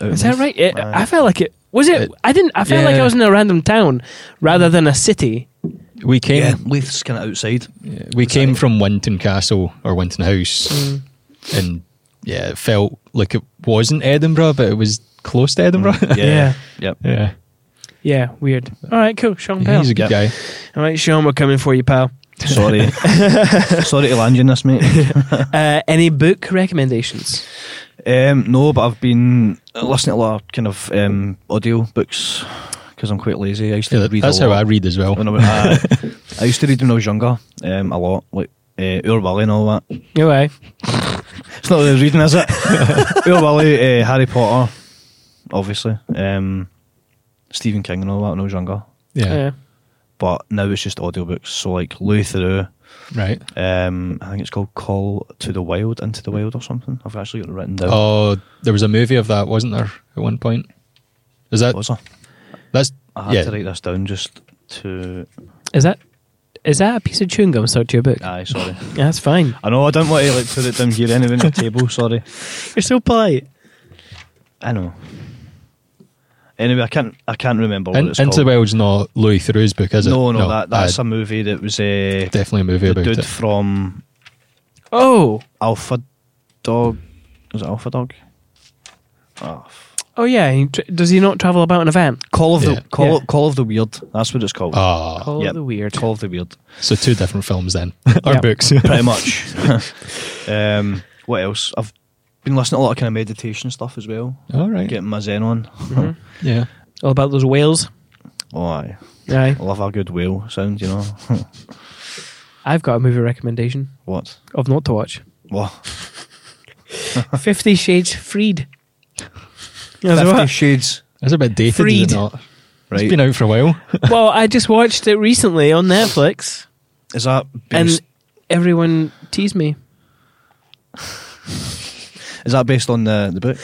Out in Is that Leith. right? It, Aye. I felt like it was it. It- I didn't. I felt like I yeah. Mm. was in a random town rather than a city. We came. yeah, Leith's kind of outside. We came from Winton Castle or Winton House, Mm. and yeah, it felt like it wasn't Edinburgh, but it was close to Edinburgh. Mm. Yeah. Yep. yeah. Yeah, weird. All right, cool. Sean Yeah, Bell. he's a good guy. All right, Sean, we're coming for you, pal. Sorry. Sorry to land you in this, mate. Uh, any book recommendations? Um, no, but I've been listening to a lot of kind of um, audio books because I'm quite lazy. I used to Yeah, that- read that's a how lot. I read as well. When I, was- aye. I used to read when I was younger, um, a lot, like uh, Ur Wally and all that. No way. It's not really reading, is it? Ur Wally, uh, Harry Potter, obviously. Um, Stephen King and all that when I was younger. Yeah. Yeah. but now it's just audiobooks. So like Lou Theroux, Right. um, I think it's called Call to the Wild, Into the Wild or something. I've actually got it written down. Oh, there was a movie of that, wasn't there? At one point. Is that What was I? that's I had Oh, yeah? to write this down just to. Is that is that a piece of chewing gum stuck to your book? Aye, sorry. Yeah, that's fine. I know I don't want to like put it down here anyway on the table. Sorry. You're so polite. I know. Anyway, I can't. I can't remember what In- it's Into the called. Wild's not Louis Theroux's book, is it? no, no, that that's aye, a movie that was uh, definitely a movie the about dude it. from Oh, Alpha Dog. Was it Alpha Dog? Oh, f- oh yeah. He tr- does he not travel about in a van? Call of Yeah. the Call, Yeah. Call of the Weird. That's what it's called. Ah, Call Yep. the weird. Call of the Weird. so two different films then, or Yeah. books. Pretty much. um, what else? I've been listening to a lot of kind of meditation stuff as well. All right. Getting my zen on. Yeah. Mm-hmm. All about those whales. Oh, aye. Aye. I love a good whale sound, you know. I've got a movie recommendation what? of not to watch. What? Fifty Shades Freed. Fifty Shades. That's a bit dated, Freed. is it not? Right. It's been out for a while. well, I just watched it recently on Netflix, Is that and based? everyone teased me. is that based on the the book?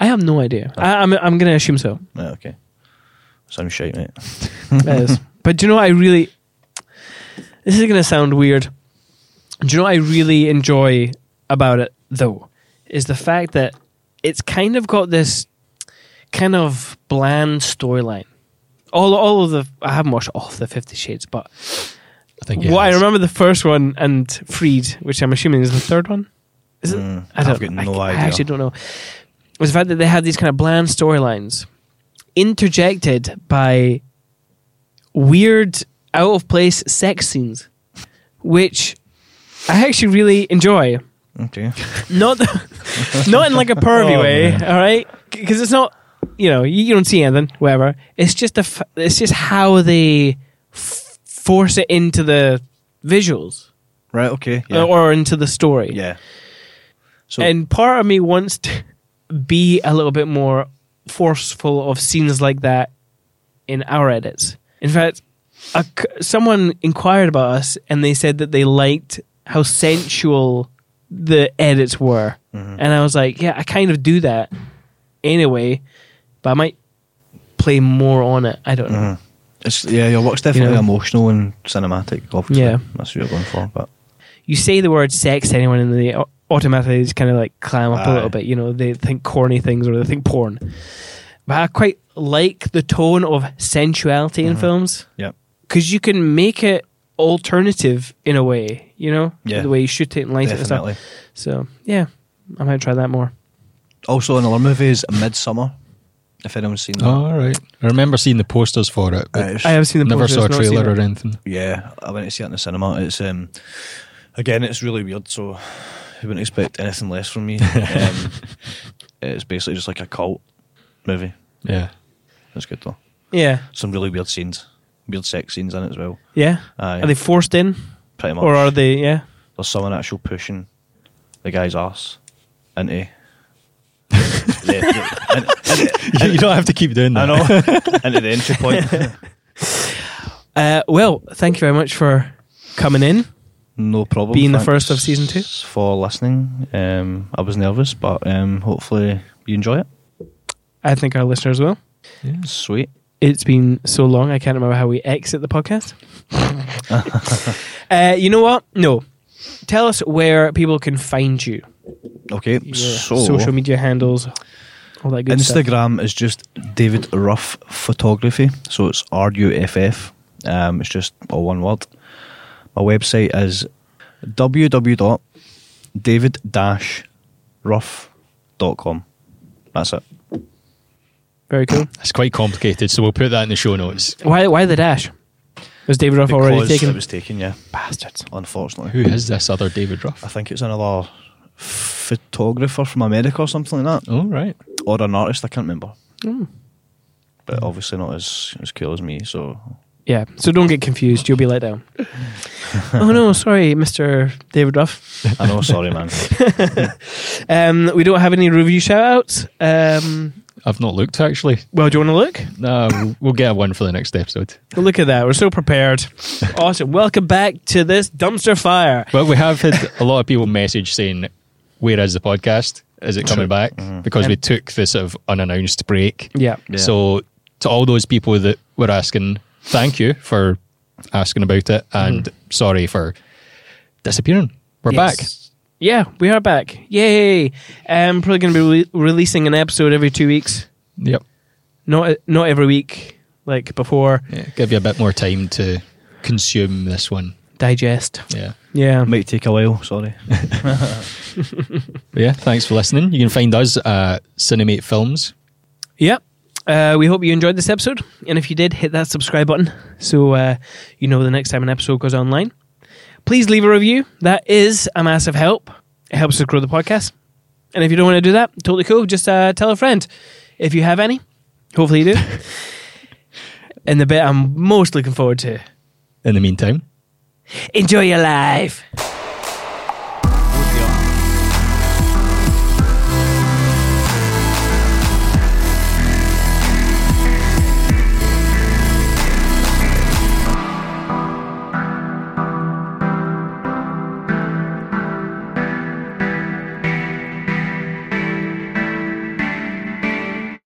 I have no idea. I, I'm I'm going to assume so. Right, okay. Sounds shite, mate. That is. But do you know what I really? This is going to sound weird. Do you know what I really enjoy about it though? Is the fact that it's kind of got this kind of bland storyline. All all of the I haven't watched all of the Fifty Shades, but I think. it well, I is. remember the first one and Freed, which I'm assuming is the third one. Is it? Mm, I don't. I've got I- no I, idea. actually don't know. Was the fact that they had these kind of bland storylines, interjected by weird, out of place sex scenes, which I actually really enjoy. Okay. Not, not in like a pervy Oh, way. man. All right, because it's not. You know, you, you don't see anything. Whatever. It's just the. F- it's just how they f- force it into the visuals Right. Okay. uh, Yeah. or into the story. yeah. So And part of me wants to be a little bit more forceful of scenes like that in our edits. In fact, a c someone inquired about us and they said that they liked how sensual the edits were. mm-hmm. And I was like, yeah, I kind of Mm-hmm. do that anyway, but I might play more on it. I don't know. It's, yeah, your work's definitely You know? emotional and cinematic. Obviously, Yeah. that's what you're going for. But You say the word sex to anyone and they au- automatically just kind of like clam up a Aye. little bit. You know, they think corny things or they think porn. But I quite like the tone of sensuality Mm-hmm. in films. yeah, because you can make it alternative in a way, you know, Yeah. the way you shoot it and light definitely. it and stuff. So yeah, I might try that more. Also, another movie is Midsummer. If anyone's seen that, All right. I remember seeing the posters for it, but Uh, it's- Oh. I have seen the never poster, saw a it's not seen trailer it. or anything. yeah, I went to see it in the cinema. It's um, again, it's really weird. So you wouldn't expect anything less from me. um, it's basically just like a cult movie. Yeah. It's good though. Yeah, Some really weird scenes, weird sex scenes in it as well. yeah. Aye. Are they forced in, Pretty much. or are they? Yeah, There's someone actually pushing the guy's ass into. the- in- you don't have to keep doing I that. know. into the entry point. uh, well, thank you very much for coming in. No problem. Being the Thanks first of season two. For listening. Um, I was nervous, but um, hopefully you enjoy it. I think our listeners will. Sweet. It's been so long, I can't remember how we exit the podcast. uh, you know what? No. Tell us where people can find you. Okay, Your so social media handles, all that good stuff. Instagram is just David Ruff Photography. So it's R U F F. Um, it's just all one word. My website is www.david-ruff.com. That's it. Very cool. It's quite complicated, so we'll put that in the show notes. Why? Why the dash? Was David Ruff already Because taken? It was taken, yeah. Bastards. Unfortunately. Who is this other David I Ruff? think it's another photographer from America or something like that, All right. or an artist. I can't remember. Mm. But obviously not as as cool as me. So yeah. So don't get confused. You'll be let down. oh no, sorry, Mister David Ruff. I know. Sorry, man. Um, we don't have any review shout outs. Um, I've not looked actually. well, do you want to look? No, we'll- we'll get one for the next episode. Well, look at that. We're so prepared. Awesome. Welcome back to this dumpster fire. But we have had a lot of people message saying, "Where is the podcast? Is it coming back?" Mm-hmm. Because we took this sort of unannounced break. Yeah. Yeah. So to all those people that were asking, thank you for asking about it, and sorry for disappearing. We're back. Yes. Yeah, we are back. Yay! I'm probably going to be re- releasing an episode every two weeks. Yep. Not not every week like before. Yeah, give you a bit more time to consume this one. Digest. Yeah. Yeah. Might take a while. Sorry. But yeah. Thanks for listening. You can find us at Cinemate Films. Yeah. Uh, we hope you enjoyed this episode. And if you did, hit that subscribe button so uh, you know the next time an episode goes online. Please leave a review. That is a massive help. It helps us grow the podcast. And if you don't want to do that, totally cool. Just uh, tell a friend if you have any. Hopefully you do. and the bit I'm most looking forward to In the meantime. enjoy your life.